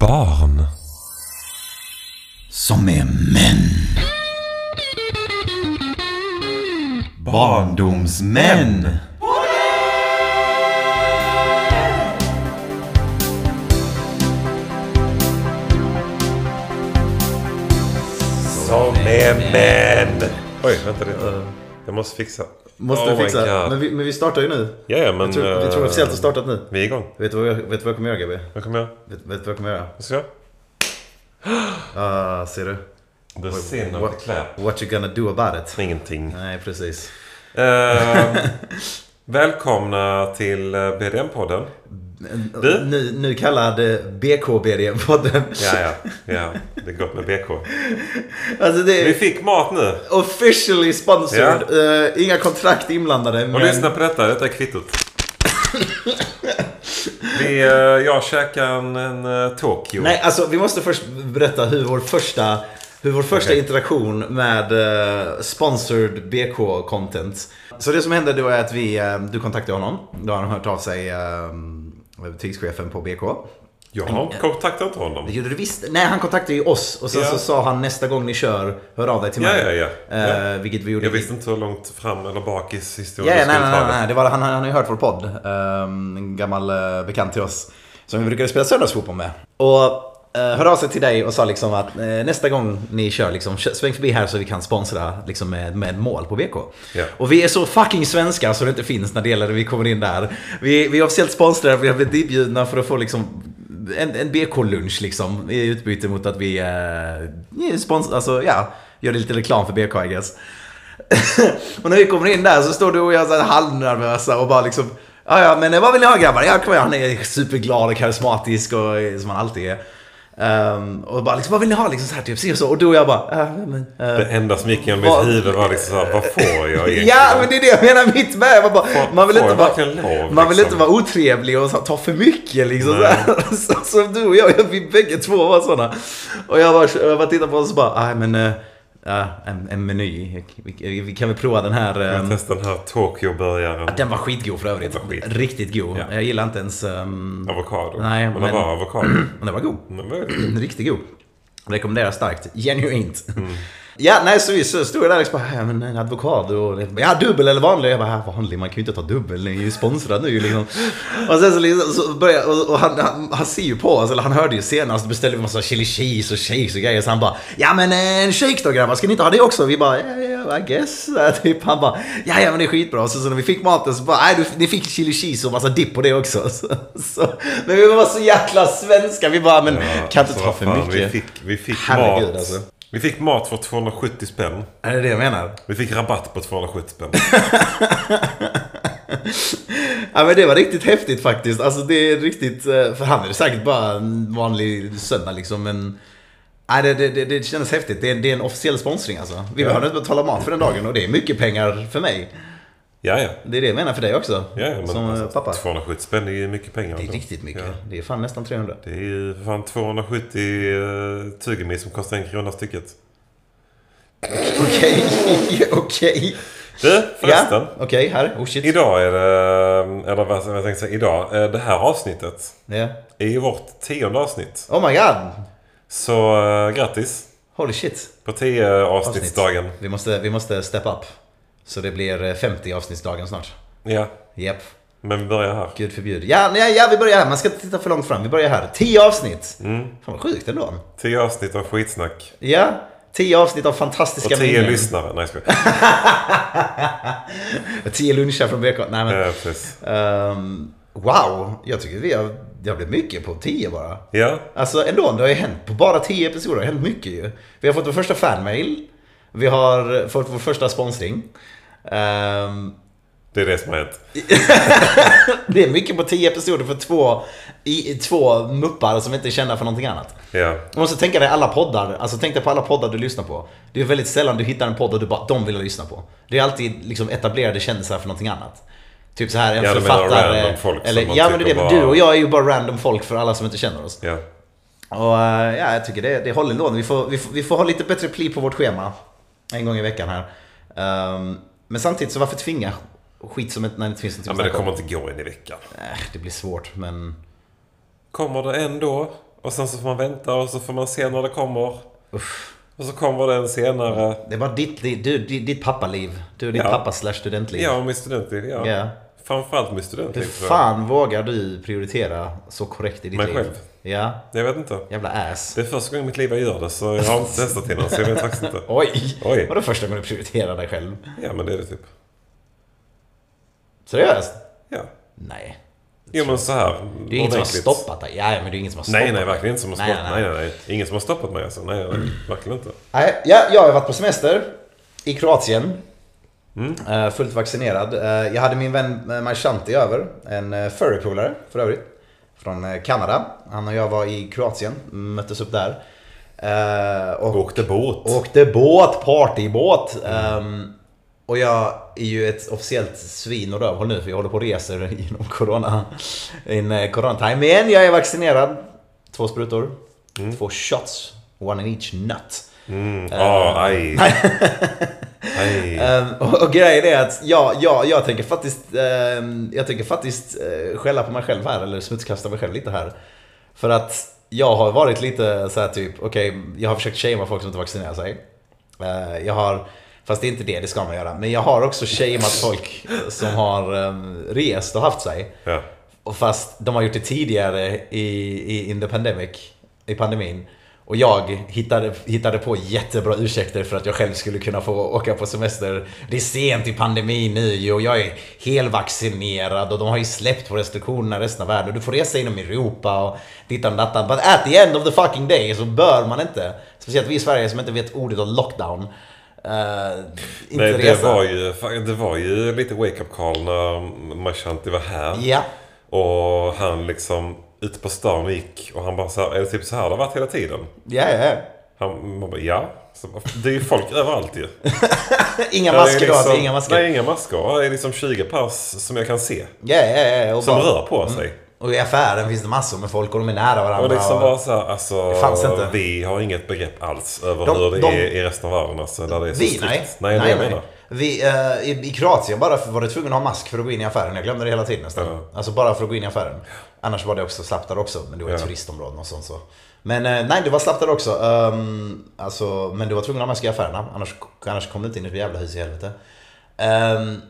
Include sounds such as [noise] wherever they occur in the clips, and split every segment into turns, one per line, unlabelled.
barn.
Som är män. Barndomsmän.
Som är män. Oj, vänta lite. Jag måste fixa.
Måste
Oh my
fixa.
God.
Men vi, men vi startar ju nu.
Ja, ja, men...
Jag tror, vi
eh,
tror officiellt har startat nu.
Vi är igång.
Vet du vad jag, vet du vad jag kommer göra GB? Vet,
Vad kommer jag?
vet du vad jag kommer göra?
Vad ska jag?
Ah, ser du?
The sin of
What,
the clap.
what you gonna do about it?
Ingenting.
Nej, precis. [laughs]
Eh, välkomna till eh, BDM-podden. Du?
Nu, nu kallad eh, BKBD-podden.
Ja, ja, ja. Det är gott med BK.
Alltså det
Vi
är
fick mat nu.
officially sponsored. Eh, inga kontrakt inblandade.
Och
Men...
lyssna på detta. Detta är
[laughs]
kvittot. Vi, eh, jag käkade en, en eh, Tokyo.
Nej, alltså vi måste först berätta hur vår första, hur vår första
Okej.
interaktion med eh, sponsored BK-content. Så det som hände då är att vi, eh, du kontaktade honom. Då har han hört av sig eh, butikschefen på BK.
Jag har kontaktat
Det
honom.
gjorde du visst. Nej, han kontaktade ju oss och sen
Ja.
så sa han nästa gång ni kör, hör av dig till
Ja,
mig.
ja, ja.
Eh,
Ja.
Vilket vi gjorde.
Jag visste inte hur långt fram eller bak i
Ja,
historien
ja, nej,
skulle
nej,
ta
nej,
det.
nej. Det var, han, han har ju hört vår podd. Ehm, en gammal eh, bekant till oss. Som vi brukade spela söndagsfotboll med. Och eh, hörde av sig till dig och sa liksom att eh, nästa gång ni kör, liksom, kö- sväng förbi här så vi kan sponsra liksom, med, med mål på BK.
Ja.
Och vi är så fucking svenska så det inte finns när det gäller det vi kommer in där. Vi, vi är officiellt sponsrade, vi har blivit inbjudna för att få liksom en, en BK-lunch liksom i utbyte mot att vi eh, sponsrar, alltså ja, gör lite reklam för BK I guess. och när vi kommer in där så står du och jag så här halvnervösa och bara liksom Ja, ja, men vad vill ni ha grabbar? Ja, kom igen. Han är superglad och karismatisk och eh, som han alltid är. Ehm, och bara liksom, vad vill ni ha? Liksom så här typ, si och så. Och du och jag bara, "Ja, men, eh,
Det enda som gick genom
Vad-
mitt huvud var liksom såhär, vad får jag egentligen?
[laughs] Ja, men det är det jag menar mitt med. Man, bara,
Får-
man vill,
får
inte
jag
vara,
verkligen lov,
man vill
liksom?
inte vara otrevlig och så, ta för mycket liksom. Så, här. [laughs] så, som du och jag, vi bägge två var sådana. Och jag bara, jag bara tittar på oss och bara, nej men, eh, ja, en, en meny. Vi, vi, vi kan väl prova den här. eh,
Jag testade den här Tokyo-burgaren.
den var skitgod för övrigt.
Den var skit.
Riktigt god.
Ja.
Jag gillar inte ens... Um,
Avokado.
Nej,
men
men-
det var avokado.
men den var god.
Men vad är det?
[clears throat] Riktigt god. Rekommenderar starkt. Genuint. Ja, nej, så vi så stod jag där och bara, ja, men en avokado. och det- Ja, dubbel eller vanlig? Jag bara, ja, vanlig, man kan ju inte ta dubbel, ni är ju sponsrad nu liksom. Och sen så, liksom, så började jag- och, och han, han, han ser ju på oss, eller han hörde ju senast, beställde vi massa chili cheese och cheese och grejer. Så han bara, ja men eh, en shake då grabbar, ska ni inte ha det också? Vi bara, ja, ja, I guess. [laughs] Så här, typ. Han bara, ja ja men det är skitbra. Och så, så när vi fick maten så bara, nej du- ni fick chili cheese och massa dipp på det också. [laughs] Så, så, men vi var så jäkla svenska, vi bara, men
Ja,
kan inte
så Alltså,
ta
vad
för
fan,
mycket.
Vi fick, vi fick
Herregud,
mat.
alltså.
Vi fick mat för 270 spänn.
Är det det jag menar?
Vi fick rabatt på 270
[laughs]
spänn.
Ja men det var riktigt häftigt faktiskt. Alltså det är riktigt, eh, för han är säkert bara en vanlig söndag liksom men... Nej det, det, det, det kändes häftigt. Det är, det är en officiell sponsring alltså. Vi
Ja.
behöver inte betala mat för den dagen och det är mycket pengar för mig.
Ja, ja.
Det är det jag menar för dig också.
ja ja, men
som eh,
alltså,
pappa.
270 spänn är ju mycket pengar.
Det är
ändå.
riktigt mycket.
Ja.
Det är fan nästan 300.
Det är ju för fan 270 uh, tuggummi som kostar en krona stycket.
[laughs] Okej, okej.
Du, förresten.
Ja, okej här. Oh shit.
Idag är det... Eller vad jag tänkte säga. Idag. eh, Det här avsnittet
Ja.
är ju vårt tionde avsnitt.
Oh my god.
Så eh, grattis
Holy shit.
på tio
Avsnitt.
avsnittsdagen.
Vi måste, vi måste step up. Så det blir eh, 50 avsnittsdagen snart.
Ja,
Japp. Yep.
men vi börjar här.
Gud förbjude. Ja, nej, ja, vi börjar här. Man ska inte titta för långt fram. Vi börjar här. 10 avsnitt.
Mm.
Fan vad sjukt ändå.
Tio avsnitt av skitsnack.
Ja, 10 avsnitt av fantastiska
Och tio
minnen.
lyssnare. Nej, jag
[laughs]
skojar.
10 luncher från BK. Nej, men,
Eh, precis.
ehm, Wow, jag tycker vi har... Det har blivit mycket på 10 bara.
Ja,
Alltså ändå, det har ju hänt. På bara 10 episoder har det hänt mycket ju. Vi har fått vår första fanmail. Vi har fått vår första sponsring. Ehm,
det är det som har hänt.
det är mycket på 10 episoder för två, i, två muppar som inte är kända för någonting annat.
Ja.
Man måste tänka dig alla poddar, alltså tänk dig på alla poddar du lyssnar på. Det är väldigt sällan du hittar en podd och du bara, de vill jag lyssna på. Det är alltid liksom etablerade kändisar för någonting annat. Typ så här en
Ja, du menar
författare.
random folk som
eller,
man
ja men det är det,
tycker
men
bara-
du och jag är ju bara random folk för alla som inte känner oss.
ja.
Och eh, ja, jag tycker det, det håller ändå. Vi får, vi, får, vi får ha lite bättre pli på vårt schema. En gång i veckan här. Ehm, men samtidigt så varför tvinga skit som inte, när det inte finns något
ja,
att Äh,
men det
snacka om?
kommer inte gå in i veckan.
Eh, det blir svårt men...
Kommer det ändå? Och sen så får man vänta och så får man se när det kommer. Och så kommer den senare.
Det var ditt, liv, du, ditt, ditt pappaliv. Du, ditt
Ja.
pappa slash studentliv.
Ja, min studentliv. Ja.
Ja.
Framförallt min
Hur
studentliv tror jag.
fan vågar du prioritera så korrekt i ditt
Mig
liv?
själv.
Ja.
Jag vet inte.
Jävla ass.
Det är första gången i mitt liv jag gör det så jag har inte testat innan så jag vet faktiskt inte.
Oj!
Oj.
Vadå första gången du prioriterar dig själv?
Ja men det är det typ.
Seriöst?
Ja.
Nej.
Jo men så här.
Det är ingen som har
ordentligt.
stoppat dig. Ja, ja, men det är ingen som har stoppat
Nej nej
dig.
verkligen inte som har
Nej,
stoppat. Nej nej nej. Ingen som har stoppat mig alltså. Nej nej. Verkligen inte.
Nej, ja, jag har varit på semester i Kroatien.
Mm.
Eh, fullt vaccinerad. Eh, jag hade min vän eh, Majshanti över, en eh, furrypolare för övrigt. Från eh, Kanada. Han och jag var i Kroatien, möttes upp där. Eh, och
Åkte båt. Mm.
Åkte båt, partybåt. Ehm, och jag är ju ett officiellt svin och rövhåll nu för jag håller på och reser [laughs] genom corona. In eh, corona-time. Men jag är vaccinerad. Två sprutor. Två shots. One in each nut.
Mm.
Eh.
Ah,
[laughs]
aj. aj.
Ehm, och, och grejen är att ja, ja, jag tänker faktiskt, ehm, jag tänker faktiskt eh, skälla på mig själv här, eller smutskasta mig själv lite här. För att jag har varit lite så här typ, okej, jag har försökt shamea folk som inte vaccinerar sig. Eh, jag har, fast det är inte det, det ska man göra. Men jag har också shameat folk som har ehm, rest och haft sig.
Ja.
Och fast de har gjort det tidigare i, i in the pandemic, i pandemin. Och jag hittade, hittade på jättebra ursäkter för att jag själv skulle kunna få åka på semester. Det är sent i pandemin nu ju och jag är helvaccinerad och de har ju släppt på restriktionerna i resten av världen. Du får resa inom Europa och dittan och dattan. But at the end of the fucking day så bör man inte, speciellt vi i Sverige som inte vet ordet av lockdown, eh, inte
Nej, det
resa.
var, ju, det var ju lite wake-up call när Mashanti var här.
Ja.
Och han liksom ute på stan gick och han bara så här, är det typ så här det har varit hela tiden?
Ja, ja, ja.
Han man bara, ja. Så, bara, det är ju folk [laughs] överallt ju.
Inga
Ja, det är
masker då,
liksom-
alltså, inga masker.
Nej, inga masker. Det är liksom 20 pers som jag kan se.
Ja, ja, ja. och
Som
bara-
rör på sig.
Och i affären finns det massor med folk och de är nära varandra.
Och liksom
och-
bara så här, alltså,
Det fanns inte.
vi har inget begrepp alls över
De-
hur det
de-
är i resten av världen. Alltså, där det är så
vi,
strikt.
nej.
Nej, det är det jag menar.
Vi, eh, i, I Kroatien bara för, var det tvungen att ha mask för att gå in i affären. Jag glömde det hela tiden nästan.
Ja.
Alltså bara för att gå in i affären. Annars var det också slappt där också. Men det var ju
Ja.
turistområden och sånt så. Men eh, nej, det var slappt där också. Ehm, alltså, men du var tvungen att ha mask i affärerna. Annars, annars kom du inte in i det jävla hus i helvete. Ehm,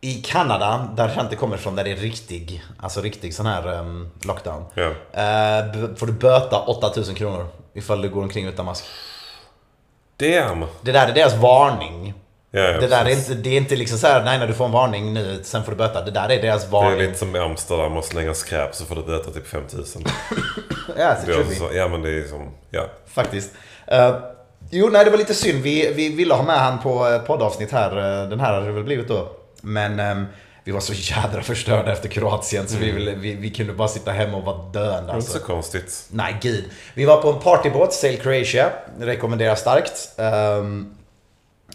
I Kanada, där jag inte kommer från, där det är riktig, alltså riktig sån här ehm, lockdown.
Ja.
Eh, b- får du böta 8000 kronor ifall du går omkring utan mask.
Damn!
Det där är deras varning.
Ja, ja,
Det där är
precis.
inte, det är inte liksom så här, nej när du får en varning nu, sen får du böta. Det där är deras
det är
varning.
lite som i Amsterdam och slänga skräp så får du böta typ
[laughs]
5000.
Ja, så
Det är
trippy.
så- ja men det är som, ja.
Faktiskt. Eh, jo, nej det var lite synd. Vi, vi ville ha med han på ett poddavsnitt här. Eh, Den här hade det väl blivit då. Men ehm, vi var så [laughs] jädra förstörda efter Kroatien så vi,
Mm.
ville, vi, vi kunde bara sitta hemma och vara döende.
Inte
Alltså.
så konstigt.
Nej, gud. Vi var på en partybåt, Sail Croatia. Rekommenderar starkt. Ehm,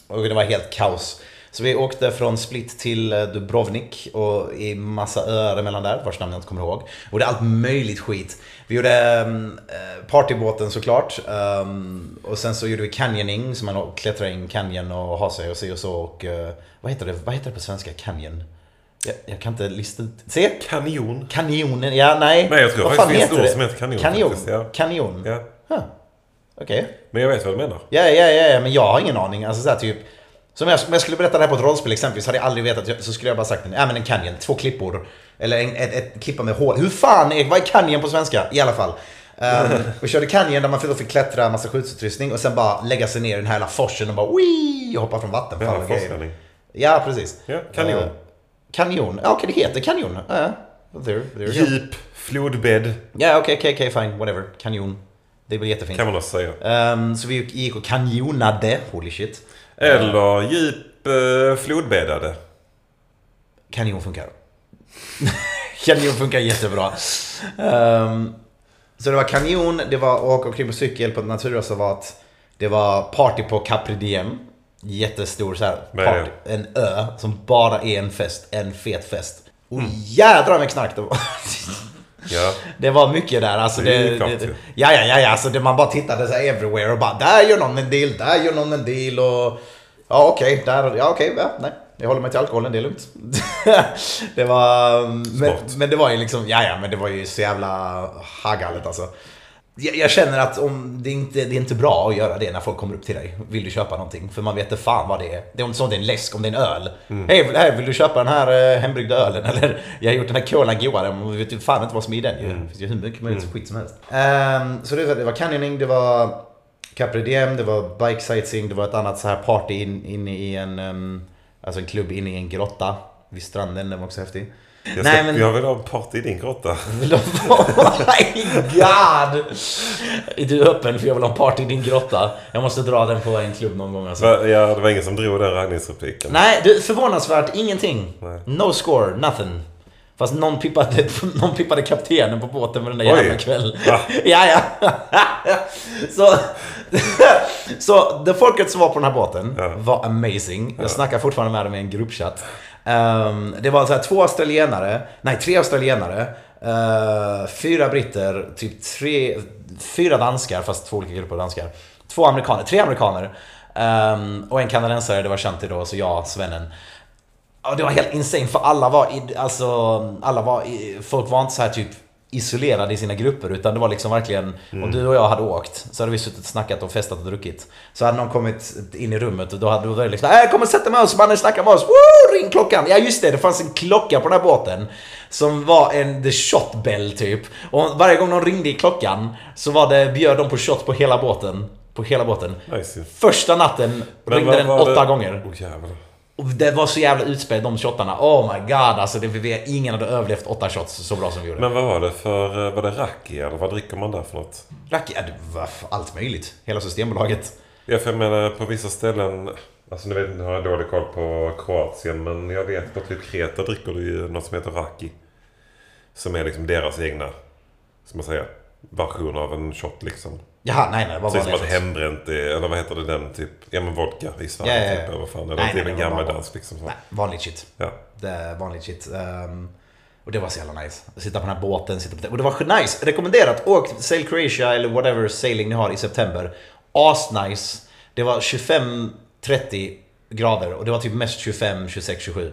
och det var helt kaos. Så vi åkte från Split till eh, Dubrovnik och i massa öar emellan där, vars namn jag inte kommer ihåg. Och det är allt möjligt skit. Vi gjorde ehm, eh, partybåten såklart. ehm, och sen så gjorde vi canyoning, så man klättrar in canyon och har sig och si och så. Och, eh, vad, heter det? vad heter det på svenska? Canyon? Jag, jag kan inte lista ut. Se!
Kanjon.
Kanjonen, ja nej.
Nej, jag tror
Vad
faktiskt det
fan
finns
heter
ord
det?
som heter kanjon
Kanjon.
faktiskt, ja.
Kanjon.
Ja.
Huh. Okej.
Men jag vet vad du menar.
Ja, ja, ja, ja, men jag har ingen aning. Alltså så här, typ. Som jag, om jag skulle berätta det här på ett rollspel exempelvis, hade jag aldrig vetat. jag- Så skulle jag bara sagt en, ja, men en canyon, två klippor. Eller en, ett, ett klippa med hål. Hur fan är, vad är canyon på svenska? I alla fall.
[laughs]
Ehm, vi körde canyon där man fick, fick klättra massa skyddsutrustning och sen bara lägga sig ner i den här jävla forsen och bara wii och hoppa från vattenfall
Ja,
och grejer.
forsränning.
Ja, precis.
Ja, kanjon.
Ehm, kanjon. Ja, okej, det heter kanjon. Ja, ja. there, there you go.
Djup, flodbädd,
Ja, okej, okej, okej, fine, whatever. Kanjon. Det blir jättefint.
kan man också säga.
Ehm, så vi gick- gick och kanjonade, holy shit.
Eller djup eh, flodbäddade.
Kanjon funkar. [laughs] kanjon funkar jättebra. Ehm, så det var kanjon, det var åka omkring på cykel på ett naturreservat. Det var party på Capri Diem. Jättestor så här
Vad är det?
party. En ö som bara är en fest, en fet fest. Och
Mm.
jädrar med knark [laughs] det var.
Ja.
Det var mycket där. Alltså
Det
det,
är ju
det,
klart ju.
ja, ja, ja, ja. Alltså det, man bara tittade så här everywhere och bara där gör någon en deal, där gör någon en deal och ja okej, där, ja okej, ja, nej. Jag håller mig till alkoholen, det är lugnt. [laughs] det var... mm, Men,
Smart.
men det var ju liksom, ja ja, men det var ju så jävla haggalet alltså. jag, jag känner att om det, inte, det är inte bra att göra det när folk kommer upp till dig. Vill du köpa någonting? För man vet inte fan vad det är. Det är inte så det är en läsk, om det är en öl.
Mm.
Hej, vill- här, vill du köpa den här eh, hembryggda ölen? [laughs] Eller, jag har gjort den här kolan godare, men vi vet ju fan inte vad som är i den
Mm.
ju. Det finns ju hur mycket möjligt skit som helst. Ehm, så det var, det var canyoning, det var Capri Diem, det var bike sightseeing, det var ett annat så här party in- inne i en, ehm, alltså en klubb inne i en grotta. Vid stranden, den var också häftig. [laughs]
Jag, ska, jag vill ha en party i din grotta.
Vill de [laughs] oh my god! Är du öppen för jag vill ha en party i din grotta? Jag måste dra den på en klubb någon gång alltså.
Va- Ja, det var ingen som drog den raggningsrepliken.
Nej, du, förvånansvärt ingenting.
Nej.
No score, nothing. Fast någon pippade, [laughs] någon pippade kaptenen på båten med den där
Oj.
jävla kvällen.
Va?
[laughs] ja, ja. [laughs] så, så det folket som var på den här båten
Ja.
var amazing. Jag snackar fortfarande med dem i en gruppchatt. Ehm, det var så här två australienare, nej tre australienare, eh, fyra britter, typ tre, fyra danskar, fast två olika grupper av danskar. Två amerikaner, tre amerikaner. ehm, och en kanadensare, det var Shanti då, så jag, svennen. Ja, det var helt insane för alla var, i, alltså, alla var, i, folk var inte så här typ isolerade i sina grupper utan det var liksom verkligen,
Mm.
om du och jag hade åkt så hade vi suttit och snackat och festat och druckit. Så hade någon kommit in i rummet och då hade då var det liksom äh, kom och sätt dig med oss mannen, snacka med oss, Woo, ring klockan! Ja just det, det fanns en klocka på den här båten som var en the shot bell typ. Och varje gång någon ringde i klockan så var det, bjöd de på shot på hela båten. På hela båten.
Nice. ju.
Första natten
Men
ringde
vad
den
var
åtta
det-
gånger.
Åh jävlar.
Och det var så jävla utspädd de shotarna. Oh my god alltså. Det, vi- ingen hade överlevt åtta shots så bra som vi gjorde.
Men vad var det för... eh, Var det raki eller vad dricker man där för något?
Lucky, ja, det var f- allt möjligt. Hela Systembolaget.
Ja, för jag menar på vissa ställen... Alltså nu vet jag, nu har jag dålig koll på Kroatien men jag vet på typ Kreta dricker du ju något som heter raki. Som är liksom deras egna, ska man säga, version av en shot liksom.
Jaha, nej nej. Det var
Precis
bara
som
det.
att hembränt är, eller vad heter det den typ, ja men vodka i Sverige
Ja, ja, ja.
typ. Eller vad fan,
Nej,
eller typ
nej,
en
det var bara-
gammeldans liksom. Så.
Nej, vanligt shit.
Ja.
Det är vanligt shit. Ehm, och det var så jävla nice. Att sitta på den här båten. Sitta på det. Och det var nice. Rekommenderat. Åk Sail Croatia eller whatever sailing ni har i september. Asnice. Det var 25-30 grader och det var typ mest 25, 26, 27.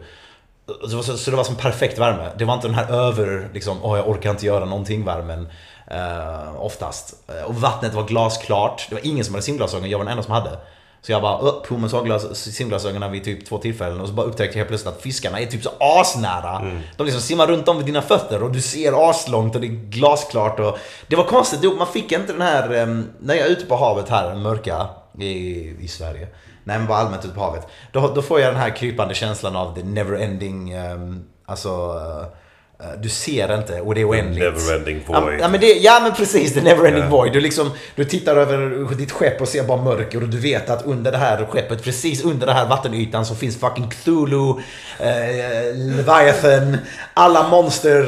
Och det var Så, så det var som perfekt värme. Det var inte den här över, liksom, åh jag orkar inte göra någonting värmen. Uh, oftast. Eh, Och vattnet var glasklart. Det var ingen som hade simglasögon, jag var den enda som hade. Så jag bara upp på med solglas- simglasögonen vid typ två tillfällen och så bara upptäckte jag helt plötsligt att fiskarna är typ så asnära. De liksom simmar runt om vid dina fötter och du ser aslångt och det är glasklart. Och det var konstigt, då, man fick inte den här, em, när jag är ute på havet här, den mörka i, i Sverige. Nej men bara allmänt ute på havet. Då, då får jag den här krypande känslan av the never ending, um, alltså eh, eh, du ser inte och det är oändligt.
Neverending
Ja,
boy.
Ja men, det, ja men precis, the neverending
Ja.
void. Du, liksom, du tittar över ditt skepp och ser bara mörker och du vet att under det här skeppet, precis under den här vattenytan så finns fucking Cthulhu, eh, Leviathan, alla monster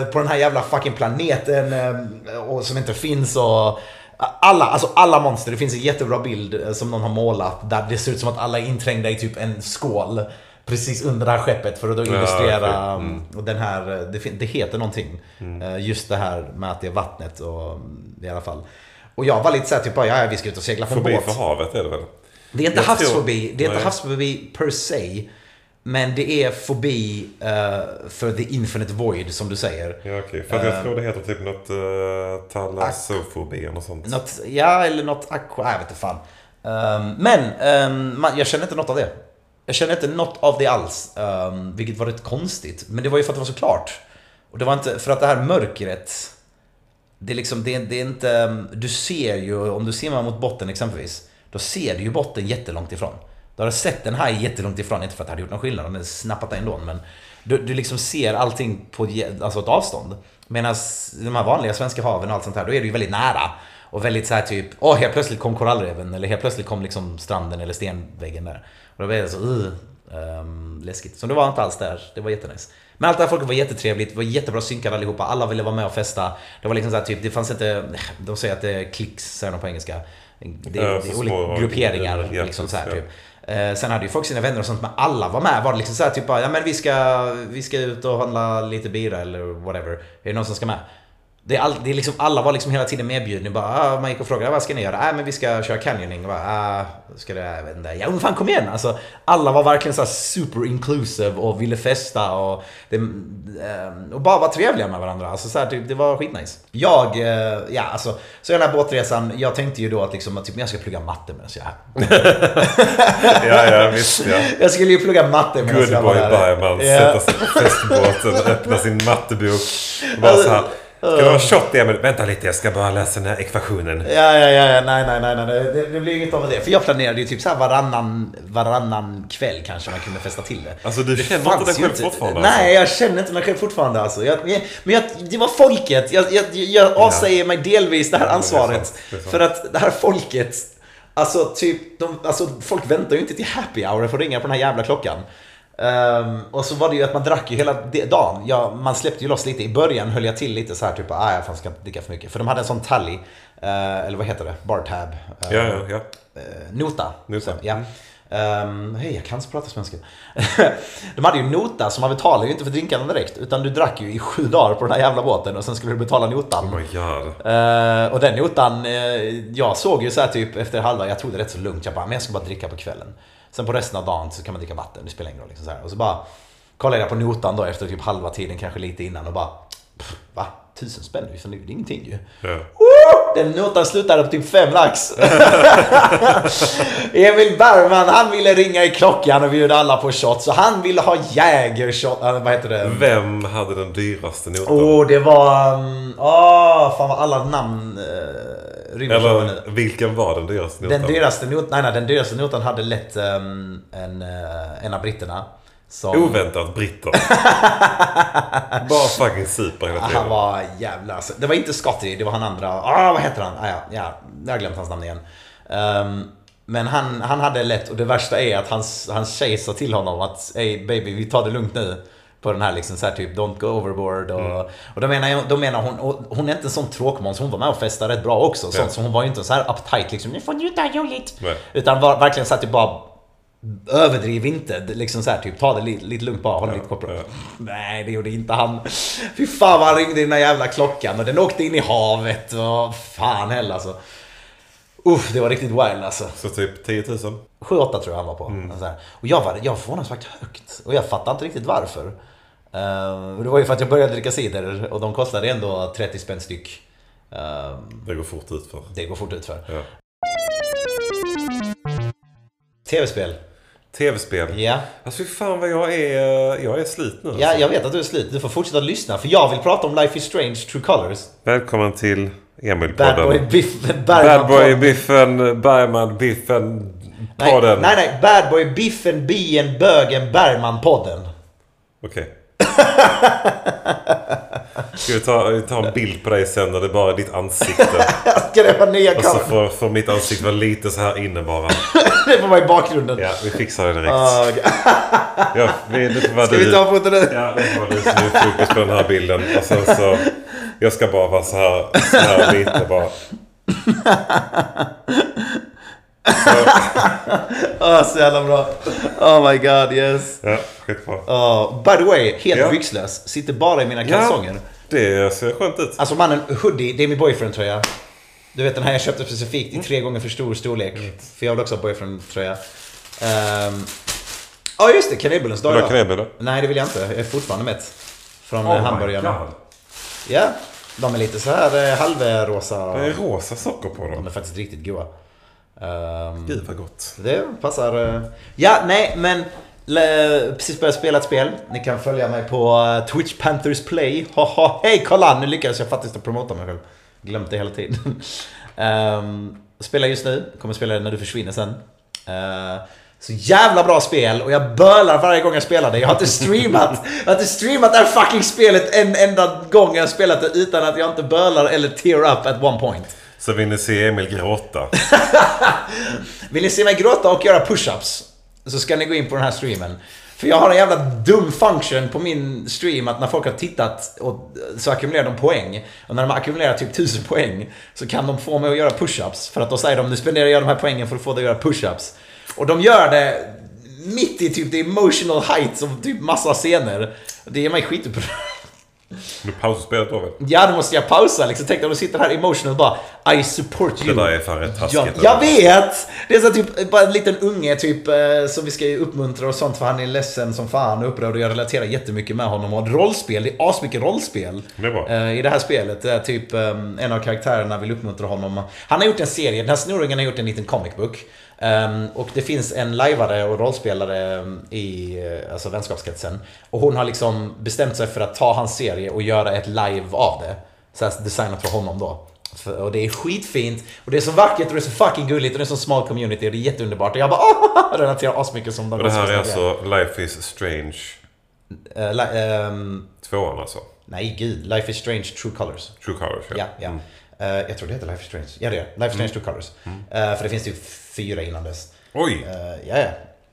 eh, på den här jävla fucking planeten eh, och som inte finns och alla, alltså alla monster. Det finns en jättebra bild eh, som någon har målat där det ser ut som att alla är inträngda i typ en skål. Precis under det här skeppet för att då
okej.
illustrera
Mm.
Ehm, och den här, det, fin- det heter någonting. Eh, Just det här med att det är vattnet och i alla fall. Och jag var lite såhär typ, bara, ja ja, vi ska ut och segla på en
Fobi
båt.
för havet är det väl?
Det är inte
Jag tror-
havsfobi, det är inte
Nej.
havsfobi per se. Men det är fobi eh, för the infinite void som du säger.
Ja okej, för
Eh.
att jag tror det heter typ något uh, talasofobi eller något sånt.
Något, ja, eller något aqua, jag vet inte fan. Ehm, men ehm, man, jag känner inte något av det. Jag känner inte något av det alls. ehm, vilket var rätt konstigt. Men det var ju för att det var så klart. Och det var inte, för att det här mörkret. Det är liksom, det, är- det är inte, ehm, du ser ju, om du simmar mot botten exempelvis. Då ser du ju botten jättelångt ifrån. Du har sett den här jättelångt ifrån, inte för att det hade gjort någon skillnad, den hade snappat dig ändå. Men du, du liksom ser allting på ett jä- alltså ett avstånd. Medan de här vanliga svenska haven och allt sånt här, då är det ju väldigt nära. Och väldigt så här typ, åh helt plötsligt kom korallreven eller helt plötsligt kom liksom stranden eller stenväggen där. Och då blev det så, uh, ehm, läskigt. Så det var inte alls där, det var jättenice. Men allt det här folket var jättetrevligt, det var jättebra synkade allihopa, alla ville vara med och festa. Det var liksom så här typ, det fanns inte, de säger att det är klicks, säger de på engelska. Det, det
Ja,
är
för
olika
små
grupperingar
grupper,
liksom så här
ja.
typ. Eh, sen hade ju folk sina vänner och sånt, men alla var med. Var det liksom så här typ bara, ja men vi ska, vi ska ut och handla lite bira eller whatever. Är det någon som ska med? Det är all, det är liksom, alla var liksom hela tiden medbjudna. Bara, ah, man gick och frågade vad ska ni göra? Ah, men vi ska köra canyoning. Och Bara, ah, ska det, jag vet inte. Ja men fan kom igen! Alltså, alla var verkligen så här super inclusive och ville festa och, det, eh, och bara var trevliga med varandra. Alltså, så här, typ, det var skitnice. Jag, eh, ja alltså, så den här båtresan, jag tänkte ju då att liksom, att typ, jag ska plugga matte medan jag är här.
Ja, ja, visst
[laughs]
ja.
Jag skulle ju plugga matte medan
Good
jag var
boy
där.
Bergman.
Ja.
Sätta sig på festbåten,
[laughs]
öppna sin mattebok. och Bara
Alltså,
så här. Ska
eh.
du ha shot Emil? Vänta lite, jag ska bara läsa den här ekvationen.
Ja, ja, ja, ja, nej, nej, nej, nej, nej. Det, det blir inget av det. För jag planerade ju typ så här varannan, varannan kväll kanske man kunde festa till det.
Alltså, du
det
känner inte dig
fanns ju
själv fortfarande,
Nej, jag känner inte mig själv fortfarande alltså. Jag, jag, men jag, det var folket. Jag, jag, jag avsäger mig delvis det här
Ja, men det är sant,
ansvaret.
det är sant.
för att det här folket, alltså typ, de, alltså, folk väntar ju inte till happy hour för att ringa på den här jävla klockan. Ehm, och så var det ju att man drack ju hela de- dagen. Ja, man släppte ju loss lite. I början höll jag till lite så här typ, ah, jag fan ska inte dricka för mycket. För de hade en sån tally, eh, eller vad heter det? Bartab. Eh,
Ja, ja, ja.
eh, nota.
Nota.
Så, ja. Ehm, Hej, jag kan inte prata svenska. [laughs] De hade ju nota, så man betalade ju inte för drinkarna direkt. Utan du drack ju i sju dagar på den här jävla båten och sen skulle du betala notan.
Oh my god.
Eh, och den notan, eh, jag såg ju så här typ efter halva, jag tog det rätt så lugnt. Jag bara, men jag ska bara dricka på kvällen. Sen på resten av dagen så kan man dricka vatten, det spelar ingen roll. Liksom så här. Och så bara kollade jag på notan då efter typ halva tiden, kanske lite innan och bara, pff, va? Tusen spänn, liksom, det är ju ingenting ju.
Ja.
Woo! Den notan slutade på typ fem lax. [laughs] Emil Bergman, han ville ringa i klockan och bjuda alla på shot. Så han ville ha jägershot, eh, vad heter det?
Vem hade den dyraste notan?
Åh, det var... mm, Åh, fan vad alla namn uh, rymmer sig över nu.
Eller vilken var den dyraste notan?
Den dyraste notan, nej, nej, den dyraste notan hade lett ehm, en, eh, en av britterna. Som,
Oh, Oväntat
[laughs]
britter. Bara fucking super hela
Ah, han
tiden.
var jävla... Alltså, det var inte Scotty, det var han andra. Ah, vad heter han? Ah, ja, ja, jag har glömt hans namn igen. Ehm, men han, han hade lätt, och det värsta är att hans, hans tjej sa till honom att Ey baby, vi tar det lugnt nu. På den här liksom så här typ don't go overboard och, och då menar, jag, då menar hon, och hon är inte en sån tråkmåns, hon var med och festade rätt bra också. Sånt, Så hon var ju inte så här uptight liksom, nu får njuta roligt.
Nej.
Utan var, verkligen så att typ bara Överdriv inte, liksom så här, typ ta det lite, lite lugnt bara, håll lite koll på det.
ja.
Nej, det gjorde inte han. Fy fan vad han ringde i den där jävla klockan och den åkte in i havet och fan heller alltså. Uff, det var riktigt wild alltså.
Så typ 10 000.
7-8 tror jag han var på.
Mm.
Så här. Och jag var, jag var förvånansvärt högt och jag fattade inte riktigt varför. Ehm, och det var ju för att jag började dricka cider och de kostade ändå 30 spänn styck. Ehm,
Det går fort ut för.
det går fort ut för.
Ja.
Tv-spel.
Tv-spel.
Ja.
Alltså fy fan vad jag är, jag är slit nu.
Ja, jag vet att du är slut. Du får fortsätta lyssna för jag vill prata om Life is Strange True Colors.
Välkommen till
Bad Boy
Emil-podden.
Biff... Bergman
Bad Boy Biffen, Bergman, Biffen,
nej,
podden.
nej, nej. Bad Boy Biffen, Bien, Bögen, Bergman-podden.
Okej. Ska vi ta, vi tar en bild på dig sen när det bara är ditt
[laughs]
ansikte.
Ska det vara nya
Och så
kameror?
får, får mitt ansikte vara lite så här inne bara.
Det får vara i bakgrunden.
Ja, vi fixar det direkt.
Ah, okej.
Ja, vi, det får vara
Ska vi
du.
ta foton nu?
Ja, det var det som är fokus på den här bilden. Och sen så... Jag ska bara vara så här, så här lite bara.
Ah, så jävla bra. Oh my god, yes.
Ja, skitbra.
Ah, by the way, helt
Ja.
byxlös. Sitter bara i mina
Ja,
kalsonger.
det ser skönt ut.
Alltså mannen, hoodie, det är min boyfriend-tröja. Du vet den här jag köpte specifikt i
Mm.
tre gånger för stor storlek. För jag vill också ha boyfriend-tröja. Ja um, just det, kanelbullens dag
Vill du ha
idag.
knäböj då?
Nej det vill jag inte, jag är fortfarande mätt. Från oh hamburgaren.
my god.
Ja, de är lite så här eh, halvrosa.
Det är rosa socker på
De
dem.
är faktiskt riktigt goa. Ehm,
Gud vad gott.
det passar. eh. Ja, nej men. le- Precis börjat spela ett spel. Ni kan följa mig på eh, Twitch Panthers Play. [laughs] Haha, hej kolla! Nu lyckades jag faktiskt att promota mig själv. Glömt det hela tiden. [laughs] Ehm, spelar just nu. Kommer spela det när du försvinner sen. Eh, så jävla bra spel och jag bölar varje gång jag spelar det. Jag har inte streamat. [laughs] Jag har inte streamat det här fucking spelet en enda gång jag har spelat det utan att jag inte bölar eller tear up at one point.
Så vill ni se Emil gråta?
Vill ni se mig gråta och göra push-ups så ska ni gå in på den här streamen. För jag har en jävla dum function på min stream att när folk har tittat och, så ackumulerar de poäng. Och när de ackumulerar typ 1000 poäng så kan de få mig att göra push-ups. För att då säger de nu spenderar jag de här poängen för att få dig att göra push-ups. Och de gör det mitt i typ the emotional heights och typ massa scener. Det ger mig skitupprörd. [laughs]
Nu pausar spelet då väl?
Ja, då måste jag pausa liksom. Tänk dig om du sitter här emotional och bara I support
Det
you.
där är fan rätt
Ja,
taskigt.
jag vet! Det är så typ, bara en liten unge typ eh, som vi ska ju uppmuntra och sånt för han är ledsen som fan och upprörd och jag relaterar jättemycket med honom. Och rollspel, det är asmycket rollspel.
Det är bra.
eh, I det här spelet. Där typ eh, en av karaktärerna vill uppmuntra honom. Han har gjort en serie, den här snorungen har gjort en liten comic book. Ehm, och det finns en lajvare och rollspelare ehm, i eh, alltså vänskapskretsen. Och hon har liksom bestämt sig för att ta hans serie och göra ett live av det. Så här designat för honom då. För, och det är skitfint. Och det är så vackert och det är så fucking gulligt och det är så smal community och det är jätteunderbart. Och jag bara [laughs] ah, relaterar asmycket som de
Och det här
rollspelare.
är alltså Life is Strange
Eh, li- ehm,
tvåan alltså.
nej gud, Life is Strange True Colors.
True Colors
Ja, ja. Eh, jag tror det heter Life is Strange. Ja det gör det. Life is Strange True Colors. Eh, för det finns typ fyra innan dess.
Oj!
Eh, ja, ja.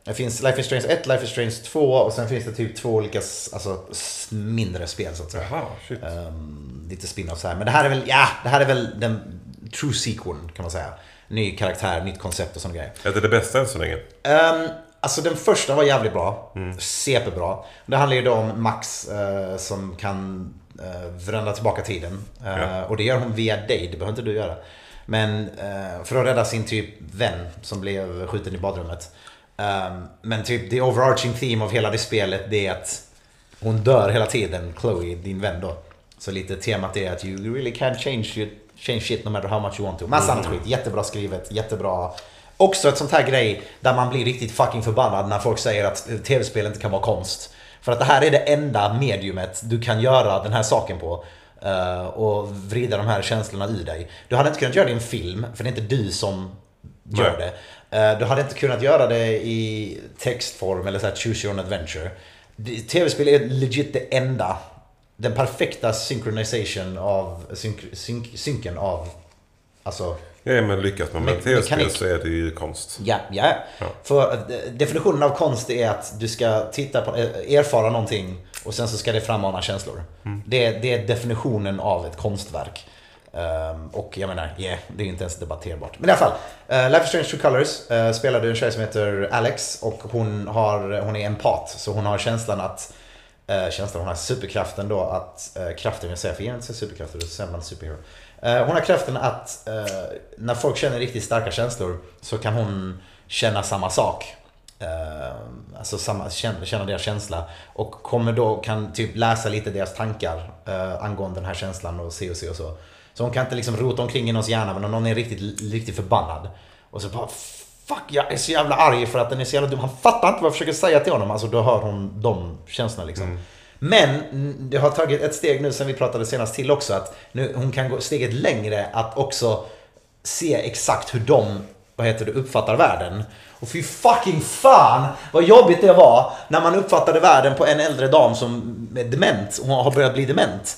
Det finns Life is Strange 1, Life is Strange 2 och sen finns det typ två olika s- alltså, s- mindre spel så att säga.
Jaha, shit.
Ehm, lite spin-offs här. Men det här är väl, ja, det här är väl den true sequeln kan man säga. Ny karaktär, nytt koncept och sån grejer.
Är det det bästa än så länge?
Ehm, alltså den första var jävligt bra. CP bra. Det handlar ju då om Max eh, som kan eh, vända tillbaka tiden. Eh,
Ja.
Och det gör hon via dig, det behöver inte du göra. Men eh, för att rädda sin typ vän som blev skjuten i badrummet. Ehm, men typ the overarching theme av hela det spelet det är att hon dör hela tiden, Chloe, din vän då. Så lite temat är att you really can't change, shit- change shit no matter how much you want to. Massa annat skit. Jättebra skrivet, jättebra. Också ett sånt här grej där man blir riktigt fucking förbannad när folk säger att eh, tv-spel inte kan vara konst. För att det här är det enda mediumet du kan göra den här saken på. eh, Och vrida de här känslorna i dig. Du hade inte kunnat göra det i en film, för det är inte du som gör
Nej.
det. Eh, Du hade inte kunnat göra det i textform eller så här choose your own adventure. Det- Tv-spel är legit det enda. Den perfekta synchronization av, synk, synk, synken av, alltså
Ja, men lyckas man med
Me-
ett tv-spel
mekanik.
så är det ju konst.
Ja, ja. För eh, definitionen av konst är att du ska titta på, eh, erfara någonting och sen så ska det frammana känslor. Det, är- det är definitionen av ett konstverk. Ehm, och jag menar, yeah, det är inte ens debatterbart. Men i alla fall, eh, Life is Strange True Colors eh, spelar du en tjej som heter Alex och hon, har, hon är empat. Så hon har känslan att eh, känslan. Hon har superkraften då att, eh, kraften vill säga, för egentligen så är superkrafter, då säger man superhero. Eh, hon har kraften att eh, när folk känner riktigt starka känslor så kan hon känna samma sak. Eh, alltså samma, känna, känna deras känsla. Och kommer då, kan typ läsa lite deras tankar eh, angående den här känslan och se och se och så. Så hon kan inte liksom rota omkring i någons hjärna men om någon är riktigt, riktigt förbannad och så bara Fuck, jag är så jävla arg för att den är så jävla dum. Han fattar inte vad jag försöker säga till honom. Alltså då hör hon de känslorna liksom. Men mm, det har tagit ett steg nu sen vi pratade senast till också. Att nu, hon kan gå steget längre att också se exakt hur de vad heter det, uppfattar världen. Och fy fucking fan vad jobbigt det var när man uppfattade världen på en äldre dam som är dement. Hon har börjat bli dement.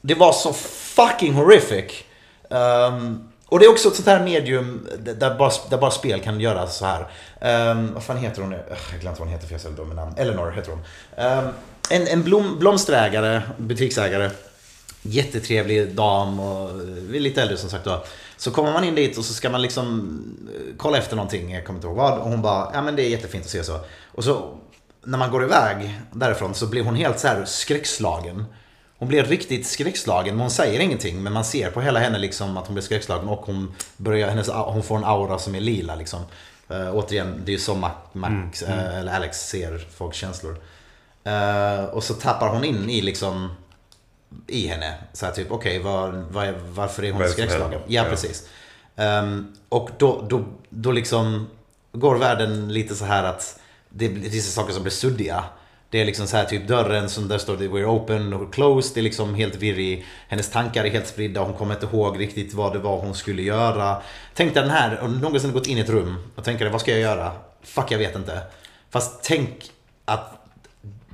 Det var så fucking horrific. Ehm, och det är också ett sånt här medium där bara, där bara spel kan göra så här. Ehm, vad fan heter hon nu? Ugh, Jag glömde vad hon heter för jag är så jävla dum med namn. Eleanor heter hon. Ehm, en en blom, blomsterägare, butiksägare. Jättetrevlig dam och eh, vi är lite äldre som sagt då. Så kommer man in dit och så ska man liksom eh, kolla efter någonting, jag kommer inte ihåg vad. Och hon bara, ja men det är jättefint att se så. Och så när man går iväg därifrån så blir hon helt så här skräckslagen. Hon blir riktigt skräckslagen, men hon säger ingenting. Men man ser på hela henne liksom att hon blir skräckslagen och hon, börjar, hennes, au- hon får en aura som är lila. Liksom. Eh, återigen, det är ju så Mac, Max, eh, eller Alex ser folks känslor. Eh, och så tappar hon in i liksom i henne. Så här, typ, okej, var, var, varför är
Vad
hon
är det som
skräckslagen?
händer?
Ja,
Ja.
precis. Ehm, och då, då, då liksom går världen lite så här att det är vissa saker som blir suddiga. Det är liksom så här typ dörren som där står det we're open och closed. Det är liksom helt virrig. Hennes tankar är helt spridda. Hon kommer inte ihåg riktigt vad det var hon skulle göra. Tänk dig den här, om du någonsin gått in i ett rum och tänker dig, vad ska jag göra? Fuck jag vet inte. Fast tänk att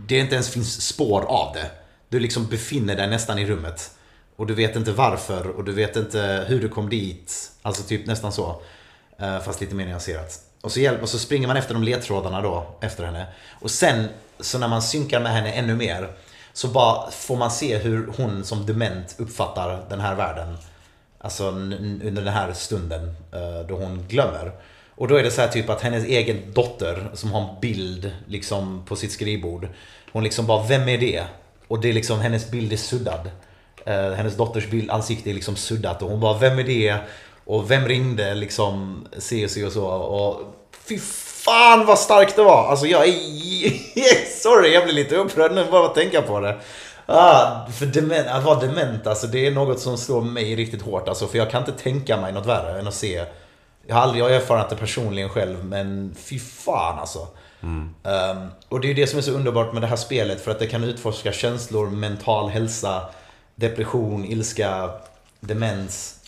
det inte ens finns spår av det. Du liksom befinner dig nästan i rummet. Och du vet inte varför och du vet inte hur du kom dit. Alltså typ nästan så. Eh, Fast lite mer nyanserat. Och så, hjälp, och så springer man efter de ledtrådarna då, efter henne. Och sen, så när man synkar med henne ännu mer. Så bara får man se hur hon som dement uppfattar den här världen. Alltså n- n- under den här stunden eh, då hon glömmer. Och då är det så här typ att hennes egen dotter som har en bild liksom på sitt skrivbord. Hon liksom bara, vem är det? Och det är liksom, hennes bild är suddad. Eh, hennes dotters bild, ansikte är liksom suddat. Och hon bara, vem är det? Och vem ringde? Liksom, se och se och så. Och fy fan vad starkt det var! Alltså jag är... [laughs] Sorry, jag blir lite upprörd nu bara att tänka på det. Ah, för dement, att vara dement, alltså det är något som slår mig riktigt hårt. Alltså, för jag kan inte tänka mig något värre än att se jag har aldrig jag har erfarenhet det personligen själv, men fy fan alltså. Ehm, och det är ju det som är så underbart med det här spelet, för att det kan utforska känslor, mental hälsa, depression, ilska, demens.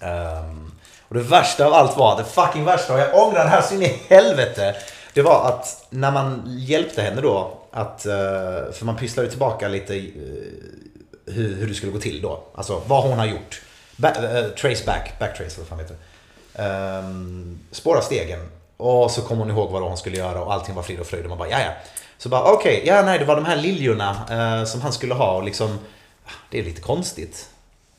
Ehm, och det värsta av allt var, det fucking värsta, och jag ångrar det här så in i helvete. Det var att när man hjälpte henne då, att, eh, för man pysslar ju tillbaka lite eh, hur, hur det skulle gå till då. Alltså vad hon har gjort. Ba- eh, trace back, backtrace eller vad fan heter det. Ehm, spåra stegen. Och så kom hon ihåg vad hon skulle göra och allting var frid och fröjd. Och man bara, ja ja. Så bara, okej, ja nej det var de här liljorna eh, som han skulle ha och liksom, ah, det är lite konstigt.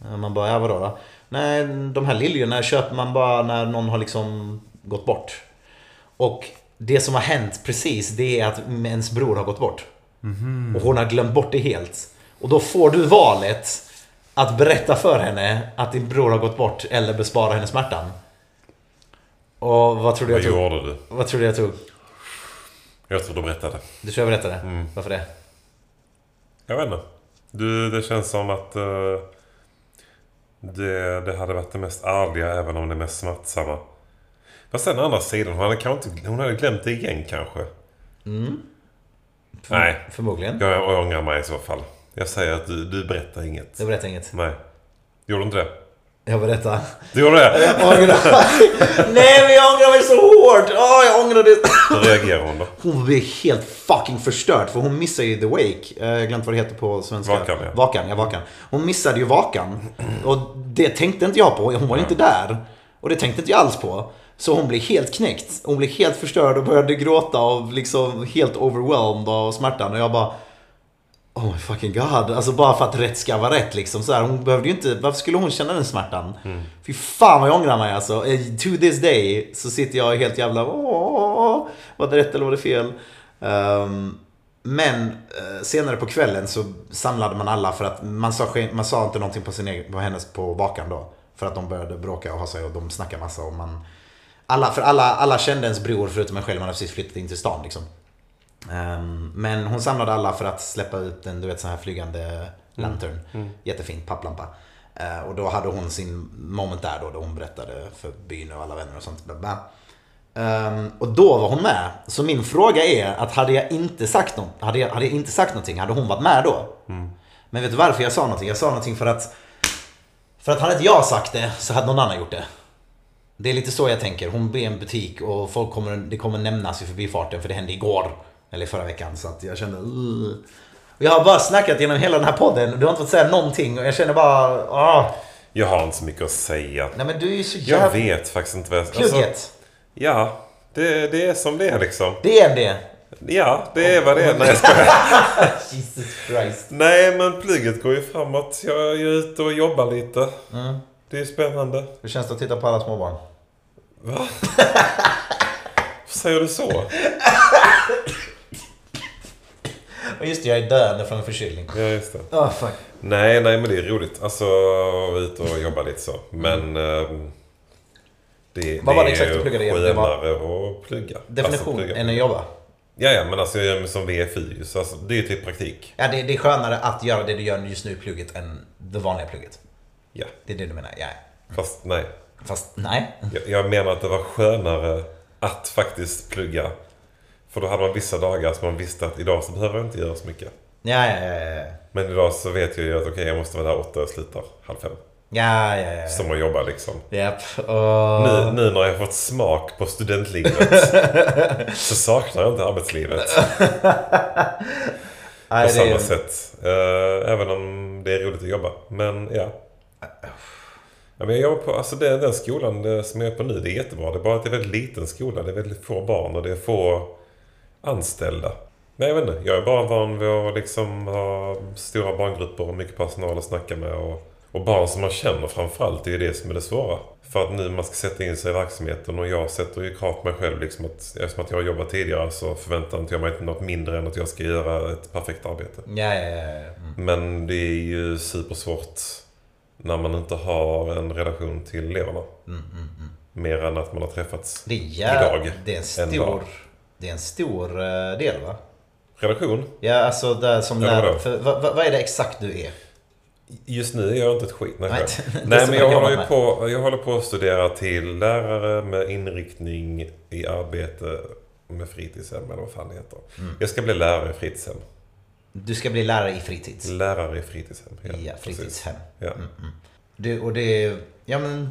Eh, Man bara, ja vadå då? Nej, de här liljorna köper man bara när någon har liksom gått bort. Och det som har hänt precis, det är att ens bror har gått bort.
Mhm.
Och hon har glömt bort det helt. Och då får du valet att berätta för henne att din bror har gått bort eller bespara henne smärtan. Och vad tror du
Vad
jag tog?
gjorde du?
Vad tror du jag tog?
Jag tror du berättade.
Du tror jag berättade?
Mm.
Varför det?
Jag vet inte. Du, det känns som att eh, det, det hade varit det mest ärliga även om det mest smärtsamma. Fast sen å andra sidan, hon hade, kanske inte, hon hade glömt det igen kanske.
Mm.
Nej,
Förmodligen.
jag, jag ångrar mig i så fall. Jag säger att du, du berättar inget.
Jag berättar inget.
Nej. Gjorde du inte det?
Jag berättar.
Du gjorde det?
Jag ångrar
[laughs]
Nej men jag ångrar mig så hårt! Åh, jag ångrar det!
Hur reagerar hon då?
Hon blev helt fucking förstörd för hon missar ju The Wake. Eh, Jag har glömt vad det heter på svenska.
Vakan, ja.
Vakan, ja Vakan. Hon missade ju Vakan. Och det tänkte inte jag på. Hon var ju inte där. Och det tänkte inte jag alls på. Så hon blev helt knäckt. Hon blev helt förstörd och började gråta och liksom helt overwhelmed av smärtan. Och jag bara Oh my fucking god. Alltså bara för att rätt ska vara rätt liksom. Så här, hon behövde ju inte, varför skulle hon känna den smärtan? Fy fan vad jag ångrar mig alltså. Eh, To this day så sitter jag helt jävla åh, Var det rätt eller var det fel? Ehm, men eh, senare på kvällen så samlade man alla för att man sa, ske- man sa inte någonting på, sin egen, på hennes på bakan då. För att de började bråka och ha sig och de snackade massa och man alla, för alla, alla kände ens bror förutom en själv, man hade precis flyttat in till stan liksom. Ehm, men hon samlade alla för att släppa ut en du vet, sån här flygande lantern. Jättefin papplampa. Eh, och då hade hon sin moment där då, då hon berättade för byn och alla vänner och sånt. Bla bla. Ehm, och då var hon med. Så min fråga är att hade jag inte sagt, något, hade jag, hade jag inte sagt någonting, hade hon varit med då? Men vet du varför jag sa någonting? Jag sa någonting för att för att hade inte jag sagt det så hade någon annan gjort det. Det är lite så jag tänker. Hon blir en butik och folk kommer, det kommer nämnas i förbifarten för det hände igår. Eller förra veckan. Så att jag kände... "Ugh." Och jag har bara snackat genom hela den här podden. Du har inte fått säga någonting och jag känner bara... ah.
Jag har inte så mycket att säga.
Nej men du är ju så
Jag
jävla...
vet faktiskt inte vad jag... alltså,
Plugget.
ja, det, det är som det är liksom.
Det är det.
Ja, det är vad det är. Nej, jag skojar.
Jesus Christ.
Nej, men plugget går ju framåt. Jag är ju ute och jobbar lite.
Mm.
Det är ju spännande.
Hur känns det att titta på alla småbarn?
Va? Säger du så?
Och just det, jag är döende från en förkylning.
Ja, just det.
Ah fuck.
Nej, nej, men det är roligt. Alltså, ut och jobba lite så. Men... ehm, Det,
Mm. Vad var det exakt du pluggade
igen?
igen? Det var-
Skönare att plugga.
Definition
Alltså, plugga.
än att jobba.
Ja, ja, men alltså jag gör mig som VFI ju, så alltså, det är ju typ praktik.
Ja, det, det är skönare att göra det du gör just nu i plugget än det vanliga plugget.
Ja,
Det är det du menar? Ja.
fast nej.
Fast nej.
Jag, jag menar att det var skönare att faktiskt plugga. För då hade man vissa dagar som man visste att idag så behöver jag inte göra så mycket.
Ja, ja, ja, ja. ja.
Men idag så vet jag ju att okej, jag måste vara där åtta och slutar halv fem.
Ja, ja, ja.
Som att jobba liksom.
Japp. Och...
Nu, nu när jag fått smak på
[laughs]
studentlivet så saknar jag inte arbetslivet på
Nej, det
samma
är...
sätt. Eh, även om det är roligt att jobba. Men ja. ja men jag jobbar på, alltså den, den skolan eh, som jag är på nu, det är jättebra. Det är bara att det är väldigt liten skola. Det är väldigt få barn och det är få anställda. Men jag vet inte. Jag är bara van vid att liksom ha stora barngrupper och mycket personal att snacka med. Och Och barn som man känner framförallt, det är ju det som är det svåra. För att nu man ska sätta in sig i verksamheten och jag sätter ju krav på mig själv liksom att eftersom att jag har jobbat tidigare så förväntar inte jag mig något mindre än att jag ska göra ett perfekt arbete.
Ja, ja, ja. ja. Mm.
Men det är ju supersvårt när man inte har en relation till eleverna. Mer än att man har träffats.
Det är, jävla,
Idag.
det är en
En
stor,
dag.
det är en stor eh, del va?
Relation?
Ja, alltså där som
Ja,
när,
vadå?
för, vad, vad vad är det exakt du är?
Just nu gör jag inte ett skit. Nej,
Nej,
jag-
[laughs] det är
Nej
som
men
jag
jag håller, ju
jobbar
på, jag håller på att studera till lärare med inriktning i arbete med fritidshem eller vad fan det heter.
Mm.
Jag ska bli lärare i fritidshem.
Du ska bli lärare i fritids.
Lärare i fritidshem.
Ja, Mm.
precis.
fritidshem.
Ja.
Det, och det är, ja men,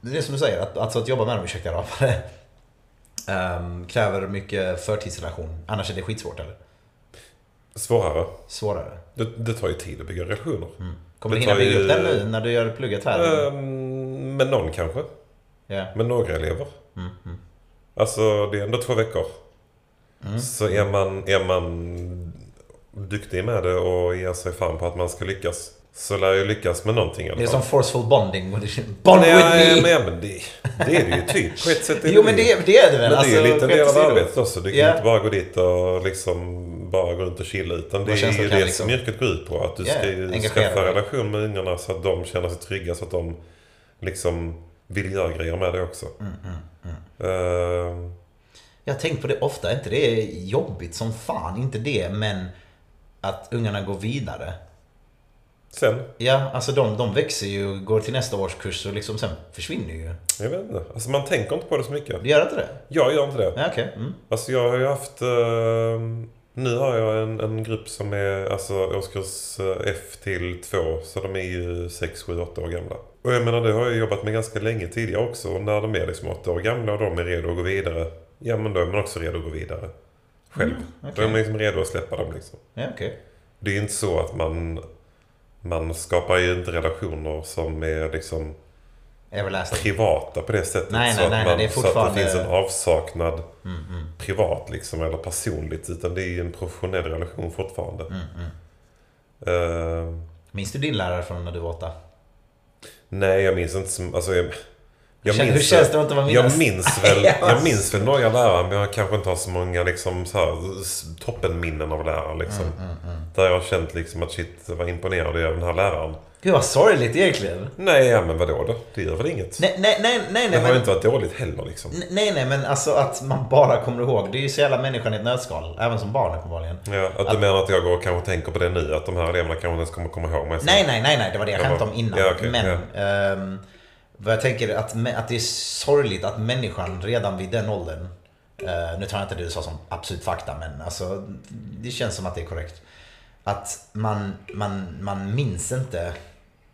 det är som du säger, att, alltså att jobba med de ursäkta rapare [laughs] ehm, kräver mycket förtidsrelation. Annars är det skitsvårt eller?
Svårare.
Svårare. Mm.
Det, det tar ju tid att bygga relationer.
Kommer du
Det
hinna
tar
bygga
ju-
upp den nu när du gör plugget här?
Ehm, med någon kanske.
Ja.
Med några elever.
Mm,
Alltså det är ändå två veckor.
Mm.
Så är man, är man duktig med det och ger sig fan på att man ska lyckas. Så lär jag lyckas med någonting i alla
Det är
fall.
som forceful bonding. Bond
Nej,
with me!
men, men det, det är det ju typ. På ett sätt är
Jo men
ju-
det, det är det
men
väl? Alltså,
det är ju lite en del av
skämt åsido.
arbetet också. Du kan
Ja.
inte bara gå dit och liksom bara gå runt och chilla. Utan det
Man känns
är ju
att kan
det
liksom-
som yrket går ut på. Att du
Ja,
ska ju
engagera
skaffa
dig.
relation med ungarna så att de känner sig trygga. Så att de liksom vill göra grejer med det också.
Mm,
Ehm,
Jag har tänkt på det ofta, är inte det jobbigt som fan? Inte det, men att ungarna går vidare.
sen,
Ja, alltså de, de växer ju, går till nästa årskurs och liksom sen försvinner ju.
jag vet inte. Alltså man tänker inte på det så mycket.
Du gör inte det?
Jag gör inte det.
Ja, okej. Mm.
Alltså jag har ju haft... Eh, nu har jag en, en grupp som är alltså årskurs eh, F till 2. Så de är ju 6, 7, 8 år gamla. Och jag menar det har jag jobbat med ganska länge tidigare också. Och när de är liksom 8 år gamla och de är redo att gå vidare. Ja men då är man också redo att gå vidare. Själv. Då är man liksom redo att släppa dem liksom.
Ja, okej.
Det är ju inte så att man... Man skapar ju inte relationer som är liksom
Everlasting.
privata på det sättet.
Nej,
så
nej,
att
nej, nej,
man,
det är
Så att
fortfarande- Mm,
det finns en avsaknad privat liksom, eller personligt. Utan det är ju en professionell relation fortfarande.
Mm,
Eh,
Minns du din lärare från när du var åtta?
nej, jag minns inte som... Alltså, jag, jag
Känner- hur
minns,
känns det att inte vara
jag
minnas? [laughs]
minns väl Jag
vad
minns väl några lärare, men jag kanske inte har så många liksom, så här, s- toppenminnen av lärare. Liksom,
Mm,
Där jag har känt liksom, att shit, jag var imponerad över den här läraren.
Gud vad sorgligt egentligen.
Nej, ja, men vadå då? Det gör väl inget?
Nej, nej, nej, nej,
det
nej
har ju
men...
inte varit dåligt heller liksom.
Nej, nej, men alltså att man bara kommer ihåg. Det är ju så jävla människan i ett nötskal. Även som barn uppenbarligen.
Ja, att du menar att jag går och kanske tänker på det nu? Att de här eleverna kanske inte ens kommer komma ihåg mig? sen?
Nej, nej, nej, nej, det var det jag
Jaha.
skämtade om innan.
Ja, okej,
men ehm, vad jag tänker är att, mä- att det är sorgligt att människan redan vid den åldern, eh, nu tar jag inte det du sa som absolut fakta, men alltså, det känns som att det är korrekt. Att man, man, man minns inte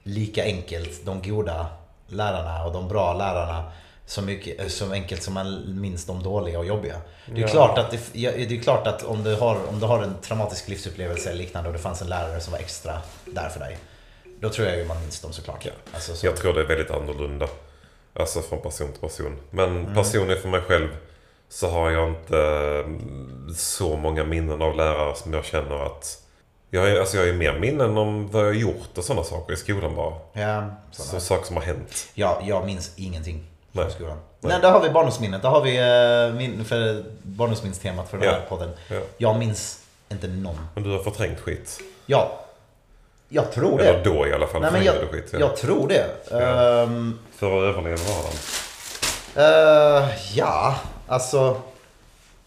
lika enkelt de goda lärarna och de bra lärarna så, mycket, eh, så enkelt som man minns de dåliga och jobbiga. Det är
Ja.
klart att, det, ja, det är klart att om, du har, om du har en traumatisk livsupplevelse eller liknande och det fanns en lärare som var extra där för dig. Då tror jag ju man minns dem såklart. Ja. Alltså, så,
Jag tror det är väldigt annorlunda. Alltså från person till person. Men
Mm.
personligen för mig själv så har jag inte mm, så många minnen av lärare som jag känner att... Jag har ju alltså jag har ju mer minnen om vad jag har gjort och sådana saker i skolan bara.
ja, sådana.
Så saker som har hänt.
Ja, jag minns ingenting från
Nej.
skolan. Nej.
Nej.
där har vi barndomsminnet. Där har vi eh, min, för barndomsminnstemat för den här
Ja.
podden.
Ja.
Jag minns inte någon.
Men du har förträngt skit.
Ja, jag tror det.
Eller då i alla fall.
Nej, men jag,
förträngde du skit. Ja.
jag tror det. Ehm,
För att överleva vardagen.
Eh, ja, alltså.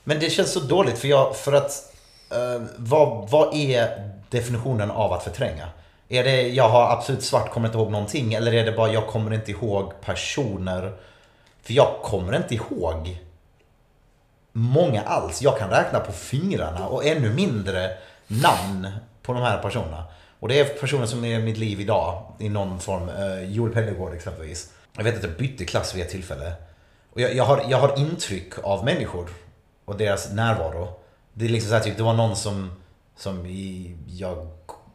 Men det känns så dåligt för jag, för att eh, vad, vad är definitionen av att förtränga? Är det jag har absolut svart, kommer inte ihåg någonting? Eller är det bara jag kommer inte ihåg personer? För jag kommer inte ihåg många alls. Jag kan räkna på fingrarna och ännu mindre namn på de här personerna. Och det är personer som är i mitt liv idag i någon form. Eh, Joel Pennergård exempelvis. Jag vet att jag bytte klass vid ett tillfälle. Och jag, jag, har, jag har intryck av människor och deras närvaro. Det är liksom så här, typ, det var någon som, som i- jag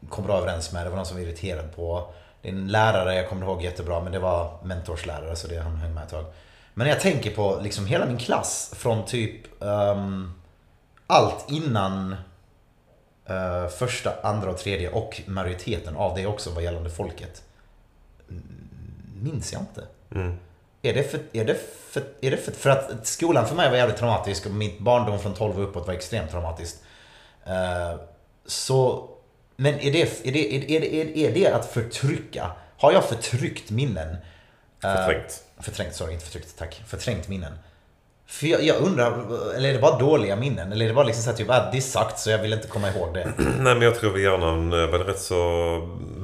kom bra överens med. Det var någon som jag var irriterad på. Det är en lärare jag kommer ihåg jättebra men det var mentorslärare så det han höll med ett tag. Men jag tänker på liksom hela min klass från typ ehm, allt innan eh, första, andra och tredje och majoriteten av det också vad gällande folket. minns jag inte.
Mm.
Är det, för, är, det för, är det för... För att skolan för mig var jävligt traumatisk och mitt barndom från 12 och uppåt var extremt traumatiskt. Eh, så... Men är det, är, det, är, det, är, det, är det att förtrycka? Har jag förtryckt minnen? Eh,
Förträngt.
Förträngt, sorry, inte förtryckt, tack. Förträngt minnen. För jag, jag undrar, eller är det bara dåliga minnen? Eller är det bara liksom så här, typ, ah, det är sagt så jag vill inte komma ihåg det.
[clears throat] Nej, men jag tror vi hjärnan eh, var rätt så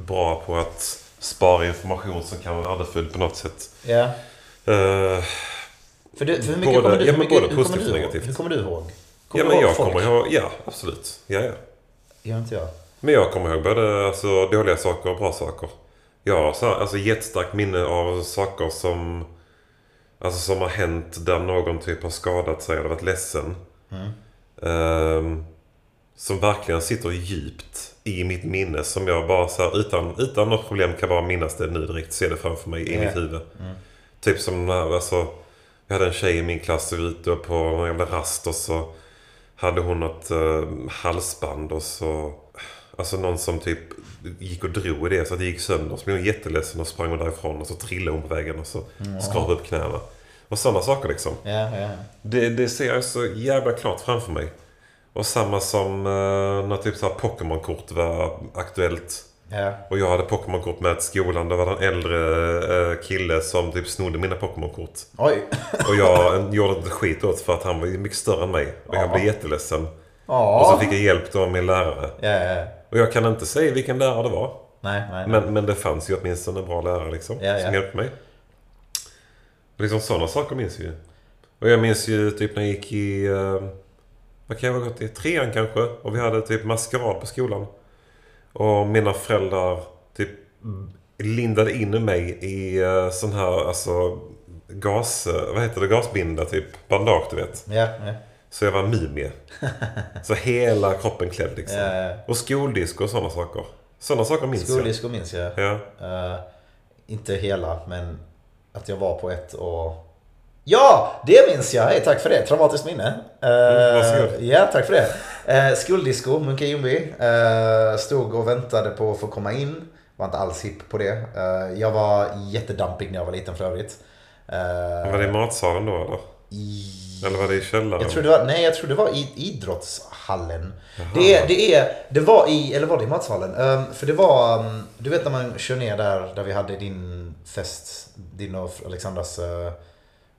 bra på att spara information som kan vara värdefull på något sätt.
Ja.
Eh,
För, du, för hur mycket
Både-
kommer du,
ja,
hur
men
mycket,
både
hur kommer
positivt
du
och
ihåg?
negativt.
Hur kommer du ihåg?
ja,
du
men jag
folk?
kommer ihåg... Ja, absolut. Ja, ja.
Gör inte jag?
Men jag kommer ihåg både alltså, dåliga saker och bra saker. Jag har så här, alltså, jättestarkt minne av saker som, alltså, som har hänt där någon typ har skadat sig eller varit ledsen. Ehm, som verkligen sitter djupt i mitt minne. Som jag bara så här, utan, utan något problem kan bara minnas det nu direkt. Se det framför mig i
Ja.
mitt huvud. Typ som när, alltså, jag hade en tjej i min klass som var ute på någon jävla rast och så hade hon något eh, halsband och så... Alltså någon som typ gick och drog i det så att det gick sönder. Så blev hon jätteledsen och sprang hon därifrån och så trillade hon på vägen och så skavde upp knäna. Och sådana saker liksom.
Ja, ja.
Det, det ser jag så jävla klart framför mig. Och samma som eh, när typ så här Pokémon-kort var aktuellt.
ja.
Och jag hade Pokémon-kort med till skolan. Då var det en äldre eh, kille som typ snodde mina Pokémon-kort.
Oj.
Och jag [laughs] gjorde inte skit åt för att han var ju mycket större än mig. Och jag blev jätteledsen.
Ja.
Och så fick jag hjälp då av min lärare.
Ja, ja, ja.
Och jag kan inte säga vilken lärare det var.
Nej, nej. nej.
Men, men det fanns ju åtminstone en bra lärare liksom.
Ja, ja.
Som hjälpte mig. Och liksom sådana saker minns jag ju. Och jag minns ju typ när jag gick i... eh, Vad kan jag ha gått i? Trean kanske. Och vi hade typ maskerad på skolan. Och mina föräldrar typ lindade in mig i eh, sån här alltså gas... eh, Vad heter det? Gasbinda typ. Bandage du vet.
Ja, ja.
Så jag var
[laughs]
mumie. Så hela kroppen klädd liksom.
Ja, ja.
Och skoldisk och sådana saker. Sådana saker minns
Skoldisko minns jag.
jag. Ja.
Eh, inte hela, men att jag var på ett och... Ja, det minns jag! Hej, tack för det. Traumatiskt
Mm,
minne. Eh,
varsågod.
ja, tack för det. Uh, skoldisco, Munke Ljungby. eh, stod och väntade på att få komma in. Var inte alls hipp på det. Eh, jag var jättedampig när jag var liten för övrigt. Eh,
Var det i matsalen då eller? Eller var det i källaren?
Jag tror det var, nej, jag tror det var i idrottshallen. Det, är, det, är, det var i, eller var det i matsalen? Ehm, för det var, ehm, du vet när man kör ner där, där vi hade din fest, din och Alexandras, eh,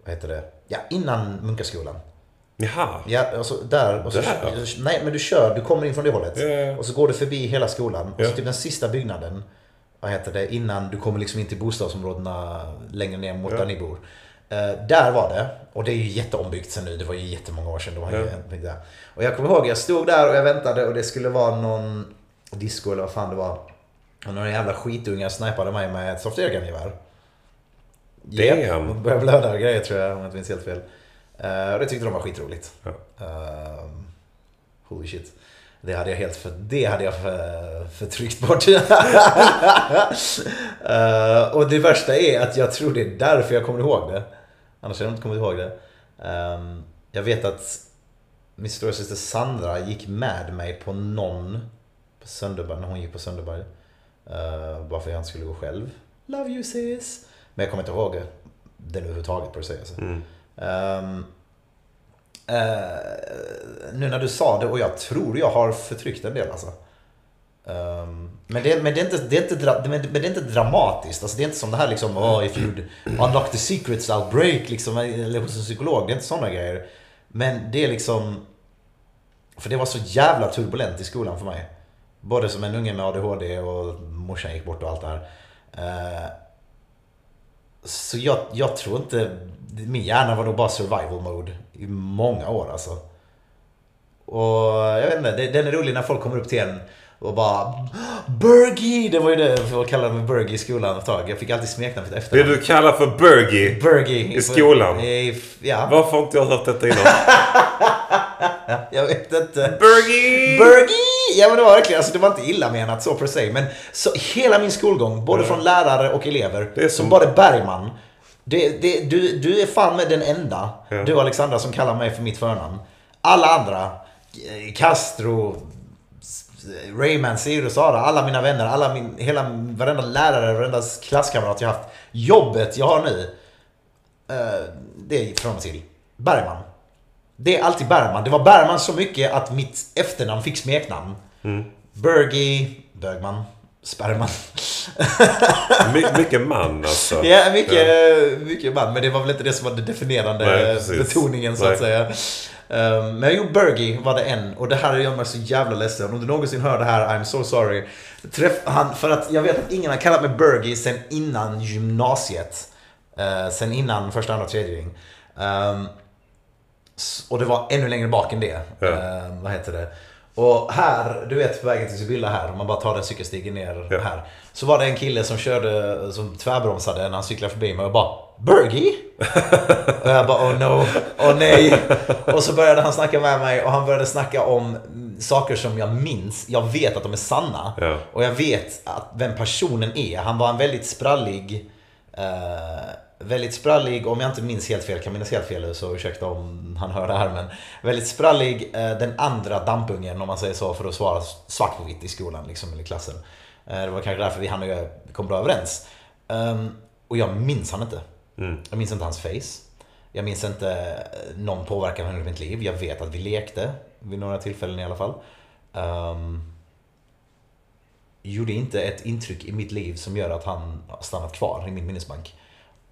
vad heter det? Ja, innan Munkaskolan.
Jaha.
Ja, alltså där. Och så,
Där?
Nej, men du kör, du kommer in från det hållet.
Ja, ja, ja.
Och så går du förbi hela skolan. Och
Ja.
så typ den sista byggnaden, vad heter det, innan du kommer liksom in till bostadsområdena längre ner mot där ni bor. Eh, där var det. Och det är ju jätteombyggt sen nu. Det var ju jättemånga år sedan. Det var ju
Ja.
hänt mycket där. Och jag kommer ihåg, jag stod där och jag väntade och det skulle vara någon disco eller vad fan det var. Och några jävla skitungar snipade mig med ett soft gevär
Damn.
och Började blöda och grejer tror jag, om jag inte minns helt fel. Eh, och det tyckte de var skitroligt.
Ja.
Ehm, holy shit. Det hade jag helt för, det hade jag för, förtryckt bort. [laughs] Eh, och det värsta är att jag tror det är därför jag kommer ihåg det. Annars hade jag inte kommit ihåg det. Ehm, jag vet att min storasyster Sandra gick med mig på någon på Sönderberg, när hon gick på Sönderberg. Eh, bara för att jag inte skulle gå själv. Love you sis! Men jag kommer inte ihåg det överhuvudtaget på det sättet.
Mm.
Ehm, eh, nu när du sa det, och jag tror jag har förtryckt en del alltså. Ehm, men, det, men, det är inte, det är inte, dra- men, det, men det är inte dramatiskt. Alltså, det är inte som det här liksom, oh, if you unlock the secrets I'll break, liksom, eller hos en psykolog. Det är inte sådana grejer. Men det är liksom, för det var så jävla turbulent i skolan för mig. Både som en unge med ADHD och morsan gick bort och allt det här. Eh, så jag, jag tror inte... Min hjärna var nog bara survival mode i många år alltså. Och jag vet inte, det- den är rolig när folk kommer upp till en och bara Burgi! Det var ju det folk kallade mig Burgi i skolan ett tag. Jag fick alltid smeknamn för
Det
efter.
du kallar för Bergie.
Burgi.
i skolan?
I- Ja,
Varför har inte jag hört detta
[laughs]
innan?
jag vet inte.
Bergie!
Burgi! Ja men det var verkligen, alltså det var inte illa menat så per se. Men så hela min skolgång, både från lärare och elever,
Det är
så
som-
var det Bergman. Det, det, du, du är fan med den enda,
Ja.
du Alexandra, som kallar mig för mitt förnamn. Alla andra, eh, Castro, S- Rayman, Sirius, Sara, alla mina vänner, alla min, hela, varenda lärare, varenda klasskamrat jag haft. Jobbet jag har nu. eh, det är från och till. Bergman. Det är alltid Bergman. Det var Bergman så mycket att mitt efternamn fick smeknamn. Bergie, Bergman, Sperman.
My, mycket man alltså.
Ja, mycket, eh, mycket man. Men det var väl inte det som var den definierande
Nej, precis.
betoningen så att
Nej.
säga. Ehm, Men jo, Bergie var det en. Och det här gör mig så jävla ledsen. Om du någonsin hör det här, I'm so sorry. Träff han, för att jag vet att ingen har kallat mig Bergie sen innan gymnasiet. Eh, sen innan första, andra, tredje ring. Ehm, s- och det var ännu längre bak än det.
Ja.
Eh, vad heter det? Och här, du vet på vägen till Sibylla här, om man bara tar den cykelstigen ner
Ja.
här. Så var det en kille som körde, som tvärbromsade när han cyklade förbi mig och bara
[laughs]
Bergie? och jag bara oh no, oh nej. Och så började han snacka med mig och han började snacka om mm, saker som jag minns. Jag vet att de är sanna.
Ja.
Och jag vet att vem personen är. Han var en väldigt sprallig eh, Väldigt sprallig, om jag inte minns helt fel, kan minnas helt fel nu så ursäkta om han hör det här men Väldigt sprallig, eh, den andra dampungen om man säger så för att svara svart på vitt i skolan liksom, eller i klassen. Eh, det var kanske därför vi han och jag kom bra överens. Ehm, och jag minns han inte. Jag minns inte hans face. Jag minns inte eh, någon påverkan under mitt liv. Jag vet att vi lekte vid några tillfällen i alla fall. Ehm, gjorde inte ett intryck i mitt liv som gör att han har stannat kvar i min minnesbank.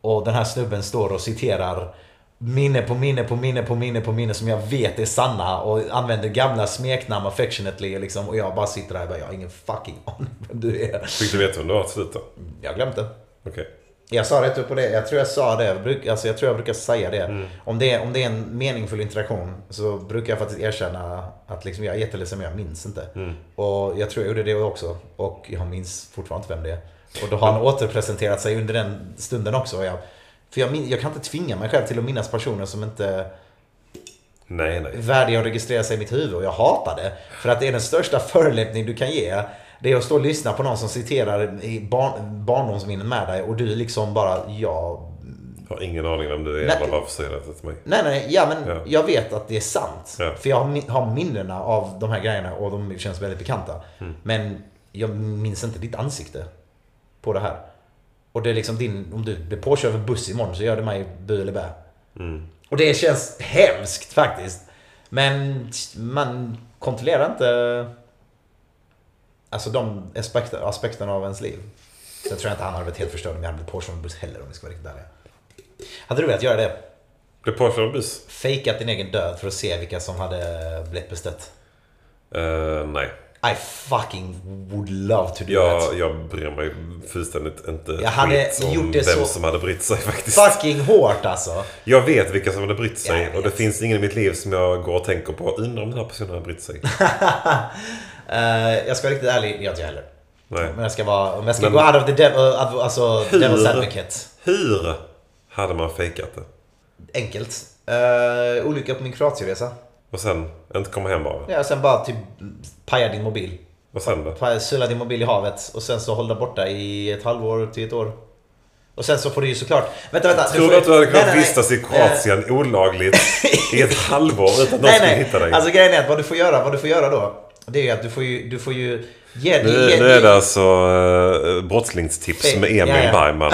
Och den här snubben står och citerar minne på minne på minne på minne på minne som jag vet är sanna och använder gamla smeknamn affectionately liksom och jag bara sitter där och bara, jag har ingen fucking aning vem du är.
Fick du veta vem det var till slut då?
Jag har glömt det.
Okej.
Jag sa rätt upp på det. Jag tror jag sa det. Jag, bruk, alltså jag tror jag brukar säga det. Om, det är, om det är en meningsfull interaktion så brukar jag faktiskt erkänna att liksom jag är jätteledsen men jag minns inte. Och jag tror jag gjorde det också. Och jag minns fortfarande inte vem det är. Och då har han återpresenterat sig under den stunden också. Och jag, för jag, min, jag kan inte tvinga mig själv till att minnas personer som inte
Nej, nej.
värdiga att registrera sig i mitt huvud och jag hatar det. För att det är den största förolämpning du kan ge. Det är att stå och lyssna på någon som citerar i barn, barndomsminnen med dig och du liksom bara ja.
Har ingen aning vem du är
Nej.
eller varför säger du det till mig.
Nej nej, ja men
Ja.
jag vet att det är sant.
Ja.
För jag har min- har minnena av de här grejerna och de känns väldigt bekanta.
Mm.
Men jag minns inte ditt ansikte på det här. Och det är liksom din, om du blir påkörd av en buss imorgon så gör det mig bu eller bä.
Mm.
Och det känns hemskt faktiskt. Men man kontrollerar inte alltså de aspekter, aspekterna av ens liv. Så jag tror inte han hade varit helt förstörd om jag hade blivit påkörd av en buss heller om vi ska vara riktigt ärliga. Hade du velat göra det?
Blev påkörd av en buss?
Fejkat din egen död för att se vilka som hade blivit bestött?
Eh, nej.
I fucking would love to do that.
Jag, jag bryr mig fullständigt inte
Jag hade
skit om
gjort det
vem
så-
som hade brytt sig faktiskt.
Fucking hårt alltså. [laughs]
Jag vet vilka som hade brytt sig
Ja, jag
och det finns ingen i mitt liv som jag går och tänker på. Undrar om den här personen har brytt
[laughs]
sig.
Eh, jag ska vara riktigt ärlig, jag gör inte jag heller.
Nej.
Men jag ska vara, om jag ska
Men-
gå out of the devil, uh, alltså
Hur?
devil's advocate.
Hur hade man fejkat det?
Enkelt. Uh, olycka på min Kroatienresa.
Och sen inte komma hem bara?
Ja, sen bara typ paja din mobil.
Och sen då?
Paja- Sula din mobil i havet och sen så håll den borta i ett halvår till ett år. Och sen så får du ju såklart... Vänta, vänta.
Tror du
får-
att du hade
Nej, nej,
kunnat
nej.
vistas i
Eh,
Kroatien
[laughs]
olagligt i ett halvår utan att någon
Nej,
skulle
nej.
hitta dig?
Alltså grejen är att vad du får göra, vad du får göra då. Det är ju att du får ju, du får ju ge,
nu,
ge,
nu är det
ge
alltså uh, brottslingstips
Fake-
med Emil
ja, ja.
Bergman.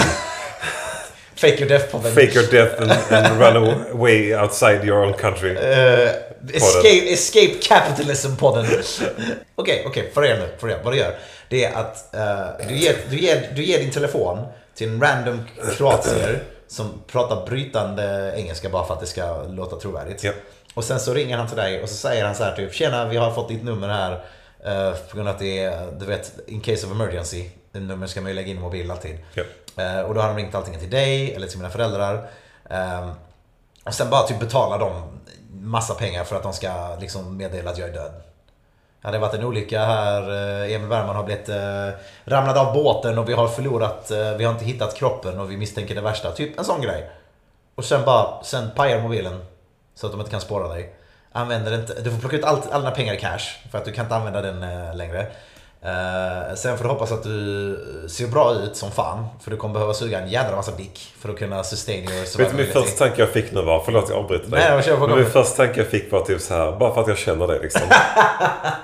fake your death podden.
[laughs] Fake your death and, and run away outside your own country.
Eh. escape, escape capitalism podden. Okej, okej, för er nu. För er. Vad du gör, det är att eh, du, ger, du, ger, du ger din telefon till en random kroatier som pratar brytande engelska bara för att det ska låta trovärdigt.
Ja.
Och sen så ringer han till dig och så säger han så här typ Tjena, vi har fått ditt nummer här. eh, på grund av att det är, du vet, in case of emergency. Det nummer ska man ju lägga in i mobilen alltid.
Ja.
Eh, och då har de ringt antingen till dig eller till mina föräldrar. Ehm, och sen bara typ betala dem massa pengar för att de ska liksom meddela att jag är död. Ja, det har varit en olycka här. eh, Emil Bergman har blivit eh, ramlad av båten och vi har förlorat. Eh, vi har inte hittat kroppen och vi misstänker det värsta. Typ en sån grej. Och sen bara, sen pajar mobilen. Så att de inte kan spåra dig. Använder inte, du får plocka ut allt, alla dina pengar i cash. För att du kan inte använda den eh, längre. Eh, Eh, sen får du hoppas att du eh, ser bra ut som fan. För du kommer behöva suga en jädra massa dick för att kunna sustain your
Vet du min
survivability.
första tanke jag fick nu var, förlåt jag avbryter dig.
Nej, jag kör på
men min
gång.
första tanke jag fick var typ så här, bara för att jag känner dig
[laughs]
liksom.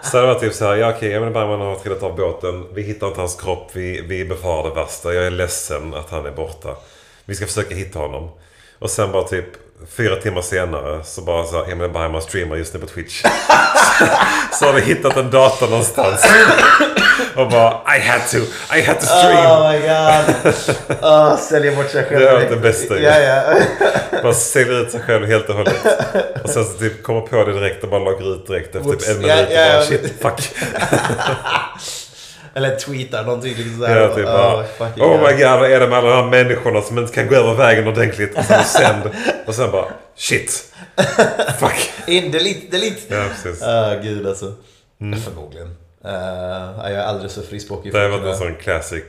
så det var typ så här, ja okej, Emil Bergman har trillat av båten. Vi hittar inte hans kropp, vi, vi befarar det värsta. Jag är ledsen att han är borta. Vi ska försöka hitta honom. Och sen bara typ fyra timmar senare så bara så här, Emil Bergman streamar just nu på Twitch. [laughs] så har vi hittat en dator
[laughs]
någonstans. Och bara, I had to, I had to stream.
Oh my god.
[laughs]
Oh, säljer bort sig själv.
Det är det bästa ju.
Ja, ja.
Man säljer ut sig själv helt och hållet. Och sen så typ kommer på det direkt och bara loggar ut direkt efter typ
Whoops.
en minut.
Ja,
och
ja,
bara
ja.
shit,
[laughs]
fuck.
Eller tweetar någonting liksom såhär.
Ja, typ bara,
fucking
oh
god.
my god, vad är det med alla de här människorna som inte kan gå över vägen ordentligt? Och sen sänd. Och sen bara, shit. Fuck.
In, delete, delete.
Ja, precis.
Ah, gud alltså. Förmodligen. Eh, jag är alldeles för frispråkig
Det
för
har
att
varit
kunna...
en sån classic,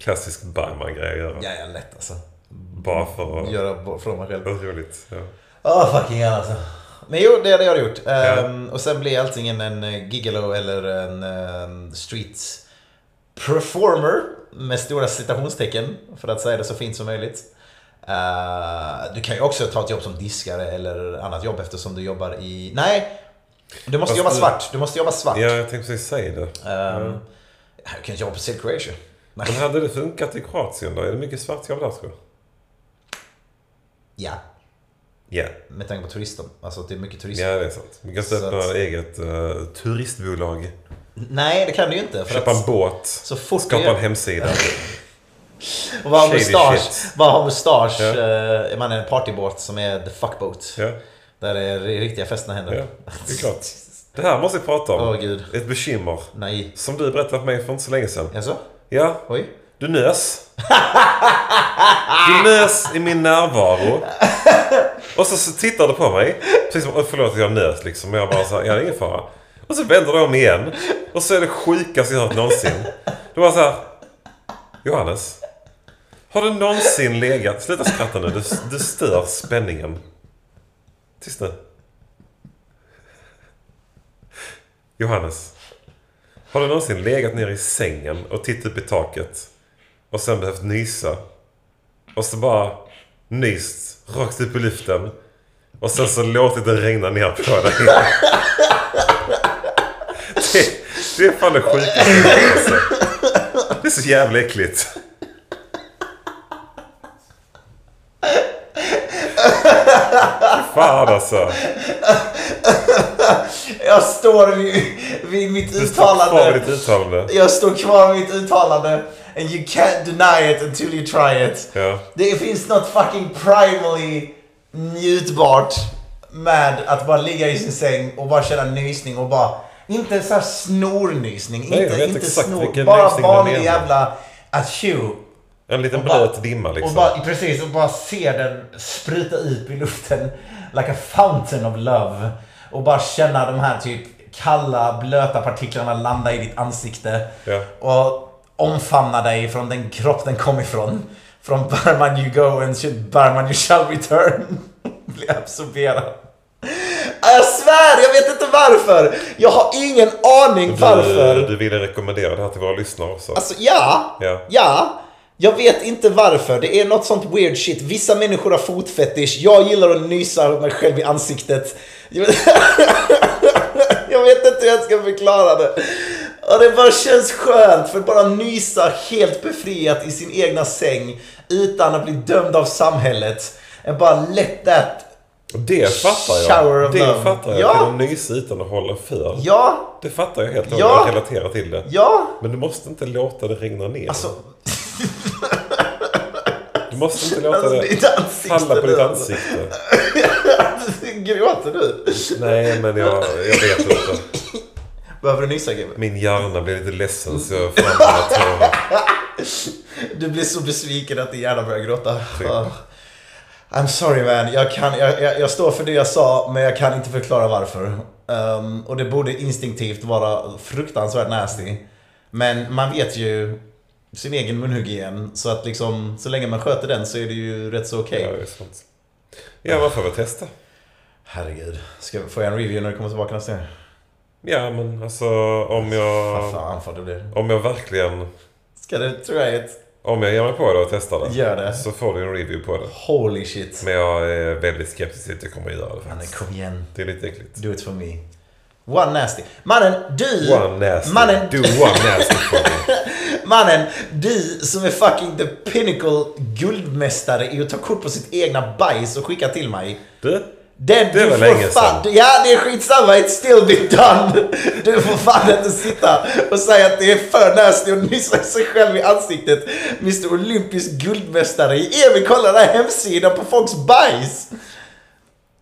klassisk Bergman-grej att göra.
Ja, ja, lätt alltså.
Bara för att...
Göra bort från mig själv.
Det är roligt. Ja.
Ah fucking hell alltså. Men jo, det är det jag har gjort.
Ja.
Ehm, Och sen blir allting en eh, gigolo eller en ehm, street performer med stora citationstecken för att säga det så fint som möjligt. Eh, du kan ju också ta ett jobb som diskare eller annat jobb eftersom du jobbar i... Nej! Du måste
Fast
jobba
du-
svart. Du måste jobba svart.
ja, Mm. jag tänkte precis säga det.
Ehm, Du kan ju jobba på Silk Ratio. Nej.
Men hade det funkat i Kroatien då? Är det mycket svartjobb där tror du?
[laughs] Ja,
Ja.
med tanke på turisten. Alltså det är mycket turister.
Ja, det är sant. Vi kan
Så
öppna
att-
eget eh, turistbolag.
Nej, det kan du ju inte. För
Köpa
att...
en båt.
Så fort du
Skapa
gör-
en hemsida.
Och vad har
Shady
mustasch?
shit.
Vad har mustasch?
Ja.
eh, Är man en partybåt som är the fuckboat?
Ja,
Där är ri- riktiga festerna händer.
ja, det är
[laughs]
klart. Det här måste vi prata om.
Åh gud.
Ett bekymmer.
Nej.
Som du berättade för mig för inte så länge sedan.
Jaså?
Ja,
Oj?
du nös. Du nös i min närvaro. Och så, så tittade du på mig. Precis som, "Åh, förlåt att jag nös liksom. Men jag bara så här, ja det är ingen fara. Och så vänder du om igen. Och så är det sjukaste jag hört någonsin. Du bara så här, Johannes. Har du någonsin legat... Sluta skratta nu, du, du stör spänningen. Tyst nu. Johannes. Har du någonsin legat ner i sängen och tittat upp i taket och sen behövt nysa? Och så bara nyst rakt upp i luften och sen så låtit det regna ner på dig. [laughs] Det, det är fan det sjukaste jag har hört, alltså. Det är så jävla äckligt. Fan alltså.
Jag står vid, vid mitt
Du står kvar vid
uttalande.
ditt uttalande.
Jag står kvar vid mitt uttalande. And you can't deny it until you try it.
Ja.
Det finns något fucking primally njutbart med att bara ligga i sin säng och bara känna nysning och bara... Inte så här snornysning.
Nej, jag
inte
vet
inte
exakt
snor.
vilken
Bara
nysning du
vanlig
menar.
jävla atjo.
En liten
Och bara-
blöt dimma
Och
liksom.
bara, precis, och bara se den spruta ut i luften. Like a fountain of love. Och bara känna de här typ kalla, blöta partiklarna landa i ditt ansikte.
Ja.
Och omfamna dig från den kropp den kom ifrån. Från Burman you go and shit Burman you shall return. [laughs] Bli absorberad. Jag svär, jag vet inte varför! Jag har ingen aning varför.
Du, du ville rekommendera det här till våra lyssnare också.
Alltså ja,
Ja.
ja. Jag vet inte varför. Det är något sånt weird shit. Vissa människor har fotfetisch. Jag gillar att nysa mig själv i ansiktet. [laughs] Jag vet, jag vet inte hur jag ska förklara det. Och det bara känns skönt för att bara nysa helt befriat i sin egna säng utan att bli dömd av samhället. And bara let that...
det fattar
Shower
jag.
of
Det
love.
fattar jag.
Ja.
Kunna nysa utan att hålla för.
Ja,
Det fattar jag helt och hållet.
Ja.
Jag kan relatera till det.
ja.
Men du måste inte låta det regna ner.
Alltså,
du måste inte låta
alltså
det
ditt ansikte
falla på ditt
nu.
ansikte.
[laughs] Gråter du?
Nej, men jag, jag vet inte.
Behöver du nysa GB?
Min hjärna blev lite ledsen så jag framkallade tårar.
[laughs] Du blir så besviken att din hjärna börjar gråta. Ah. I'm sorry man, jag, kan, jag, jag, jag står för det jag sa men jag kan inte förklara varför. Ehm, och det borde instinktivt vara fruktansvärt nasty. Men man vet ju sin egen munhygien så att liksom så länge man sköter den så är det ju rätt så okej.
Ja, det är sant. Ja, man får väl testa.
Herregud, Ska, får jag en review när du kommer tillbaka nästa gång?
Ja, men alltså om jag...
Vad fan får det bli?
Om jag verkligen...
Ska du tror jag ett...
Om jag ger mig på det och testar det.
Gör det.
Så får du en review på det.
Holy shit.
Men jag är väldigt skeptisk till att jag kommer att göra det
Mannen
faktiskt.
kom igen.
Det är lite äckligt.
Do it for me. One nasty. Mannen, du...
One nasty.
Mannen,
Do one nasty for
[laughs]
me.
Mannen, du som är fucking the pinnacle guldmästare i att ta kort på sitt egna bajs och skicka till mig.
Du?
Den,
Det
du
var
får
länge
fan,
sedan.
Ja, det är skitsamma. It's still been done. Du får fan inte sitta och säga att det är för nasty och nysa sig själv i ansiktet. Mr Olympisk guldmästare i evig kolla den här hemsidan på folks bajs.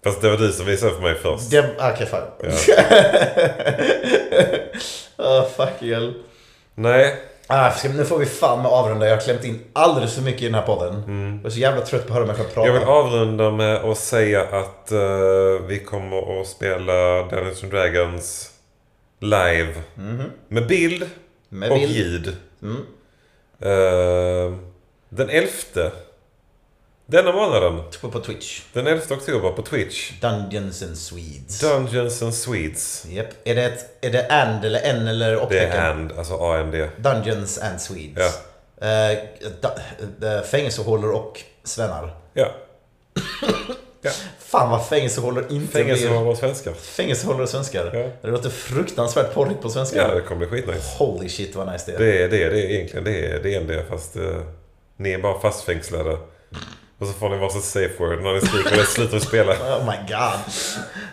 Fast det var du som visade för mig först.
Det- Okej, fan. [laughs] Åh, Ah, fuck hell.
Nej.
Ah, ska- nu får vi fan med avrunda. Jag har klämt in alldeles för mycket i den här podden. Jag är så jävla trött på att höra mig själv prata.
Mm. Jag vill avrunda med att säga att eh, vi kommer att spela Dungeons and Dragons live. Med bild
Mhm. Med
och
bild. Mm.
ljud. Eh, den 11. Denna månaden.
På, på Twitch.
Den 11 oktober på Twitch.
Dungeons and Swedes.
Dungeons and Swedes.
Japp. Är det, ett, är det and eller en eller
Det är
upptecken?
AND, alltså AND.
Dungeons and Swedes.
Ja.
Eh, da- eh, fängelsehålor och svennar.
Ja.
Fan vad fängelsehålor inte blir.
Fängelsehålor och svenskar.
Fängelsehålor och svenskar.
Ja.
Det låter fruktansvärt porrigt på svenska.
Ja, det kommer bli skitnice.
Holy shit vad nice det är.
Det är det, är- det är egentligen det är, det är det fast eh, ni är bara fastfängslade. Och så får ni varsitt safe word när ni skriker och det slutar
[laughs]
spela.
Oh my god.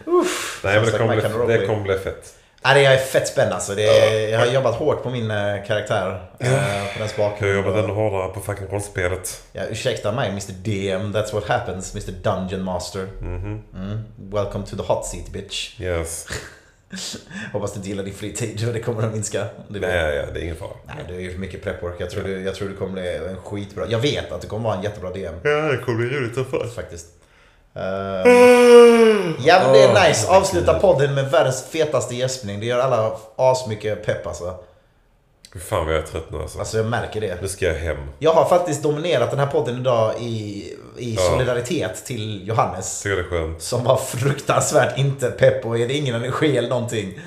Nej men det
like
kommer,
Mike and
bli,
Robbie.
det kommer bli fett.
Nej, det- jag är fett spänd alltså. Det är, jag har jobbat hårt på min eh, karaktär. eh, På dens
Jag har
bakgrund.
jobbat ännu hårdare på fucking rollspelet.
Ja, ursäkta mig, Mr DM. That's what happens, Mr Dungeon Master. Mm. Welcome to the hot seat bitch.
Yes.
Hoppas du gillar din fritid och det kommer att minska. Det
Nej, ja, ja, det är ingen fara.
Nej, du har gjort mycket prepwork. Jag tror, du, jag tror du kommer bli en skitbra... Jag vet att du kommer vara en jättebra DM.
Ja, det kommer bli roligt att få.
Faktiskt. Ehm, ja, men det är nice. Avsluta podden med världens fetaste gäspning. Det gör alla asmycket pepp alltså.
Fy Fan vad jag är trött nu alltså.
Alltså jag märker det.
Nu ska jag hem.
Jag har faktiskt dominerat den här podden idag i, i
Ja.
solidaritet till Johannes.
Tycker det är skönt.
Som var fruktansvärt inte pepp och hade ingen energi eller någonting.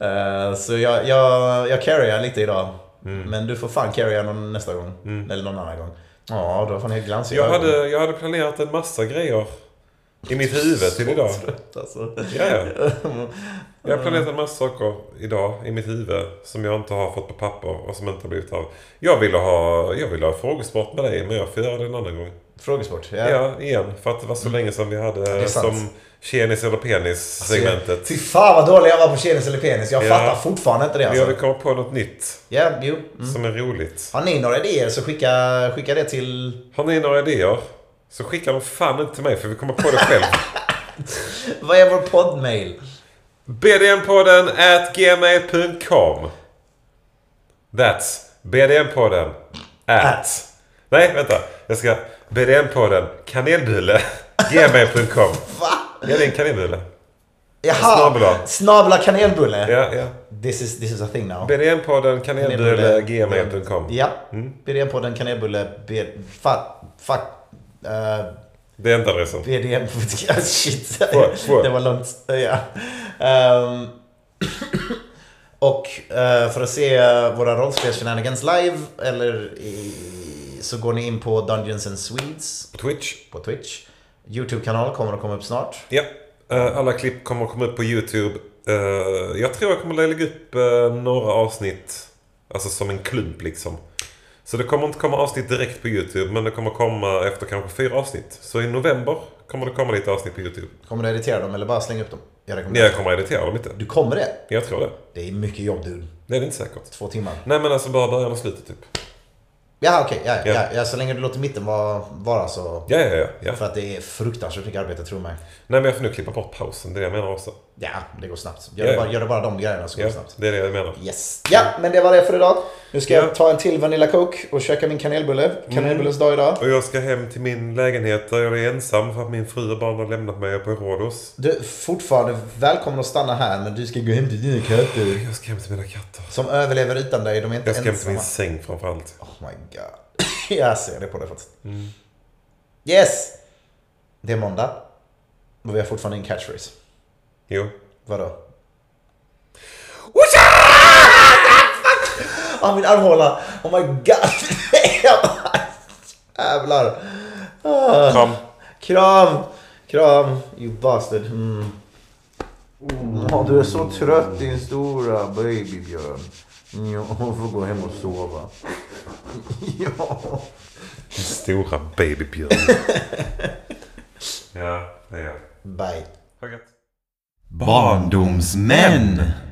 Eh, så jag, jag, jag carryar lite idag.
Mm.
Men du får fan carrya någon nästa gång. Eller någon annan gång. Ja, du har fan helt glansiga
Jag
ögon.
hade, jag hade planerat en massa grejer. I mitt huvud till idag.
[laughs] Alltså.
Ja, ja. Jag har planerat en massa saker idag i mitt huvud som jag inte har fått på papper och som inte har blivit av. Jag ville ha, jag ville ha frågesport med dig men jag får göra det en annan gång.
Frågesport. Ja.
Ja. igen. För att det var så länge sedan vi hade
är sant. Alltså,
som tjenis eller penis segmentet.
Fy fan vad dålig jag var på penis eller penis. Jag
Ja.
fattar fortfarande inte det
Vi
alltså.
hade kommit på något nytt
Ja, jo. Mm.
som är roligt.
Har ni några idéer så skicka, skicka det till...
Har ni några idéer så skicka dem fan inte till mig för vi kommer på det själv.
Vad är vår poddmail?
BDMpodden at gmail.com That's BDMpodden at Nej, vänta. Jag ska... BDMpodden [laughs] kanelbulle gmail.com
Va?
Ja, det är en kanelbulle.
Jaha!
Snabel-a.
Snabla kanelbulle.
Ja, ja.
This, is, this is a thing now.
BDMpodden kanelbulle gmail.com
Ja. BDM-podden kanelbulle. B, fa, fuck. eh,
Det är inte adressen.
BDM... [laughs] Shit.
Fuck, fuck.
Det var långt. Ja. Ehm, [coughs] och eh, för att se våra rollspel Shenanigans live eller i, så går ni in på Dungeons and Swedes
På Twitch.
på Twitch. Youtube-kanal kommer att komma upp snart.
Ja. eh, Alla klipp kommer att komma upp på YouTube. Eh, Jag tror jag kommer att lägga upp eh, några avsnitt. Alltså som en klump liksom. Så det kommer inte komma avsnitt direkt på YouTube. Men det kommer komma efter kanske fyra avsnitt. Så i november kommer det komma lite avsnitt på YouTube.
Kommer du editera dem eller bara slänga upp dem? Jag
Nej,
rekommenderar.
jag kommer att editera dem inte.
Du kommer det?
Jag tror det.
Det är mycket jobb du.
Det är det inte säkert.
Två timmar.
Nej men alltså bara början och slutet typ.
Ja, okej. Ja,
Ja.
ja. Ja, så länge du låter mitten vara, vara så.
Ja, ja, ja, ja.
För att det är fruktansvärt mycket arbete, tror mig.
Nej men jag får nu klippa bort pausen. Det är det jag menar också.
Ja, det går snabbt. Gör,
Ja,
det,
ja.
bara, gör det bara de grejerna så går
Ja,
det snabbt.
det är det jag menar.
Yes. Ja, men det var det för idag. Nu ska
Ja. Mm.
jag ta en till Vanilla Coke och käka min kanelbulle. Kanelbullens dag idag.
Och jag ska hem till min lägenhet där jag är ensam för att min fru och barn har lämnat mig på Rhodos.
Du är fortfarande välkommen att stanna här, men du ska gå hem till dina katter.
Jag ska hem till mina katter.
Som överlever utan dig, de är inte
Jag ska hem till
ensamma.
min säng framförallt.
Oh my god. [laughs] jag ser det på dig faktiskt.
Mm.
Yes! Det är måndag. Och vi har fortfarande en catchphrase.
Jo.
Vadå? fan min armhåla. Oh my god. [laughs] Jävlar. Ah.
Kram.
Kram. Kram. You bastard. Mm. Åh, du är så trött din stora babybjörn. Ja, hon får gå hem och sova. [laughs] Ja.
Stora babybjörn. [laughs] ja, det är jag.
Bye.
Ha gött.
Barndomsmän.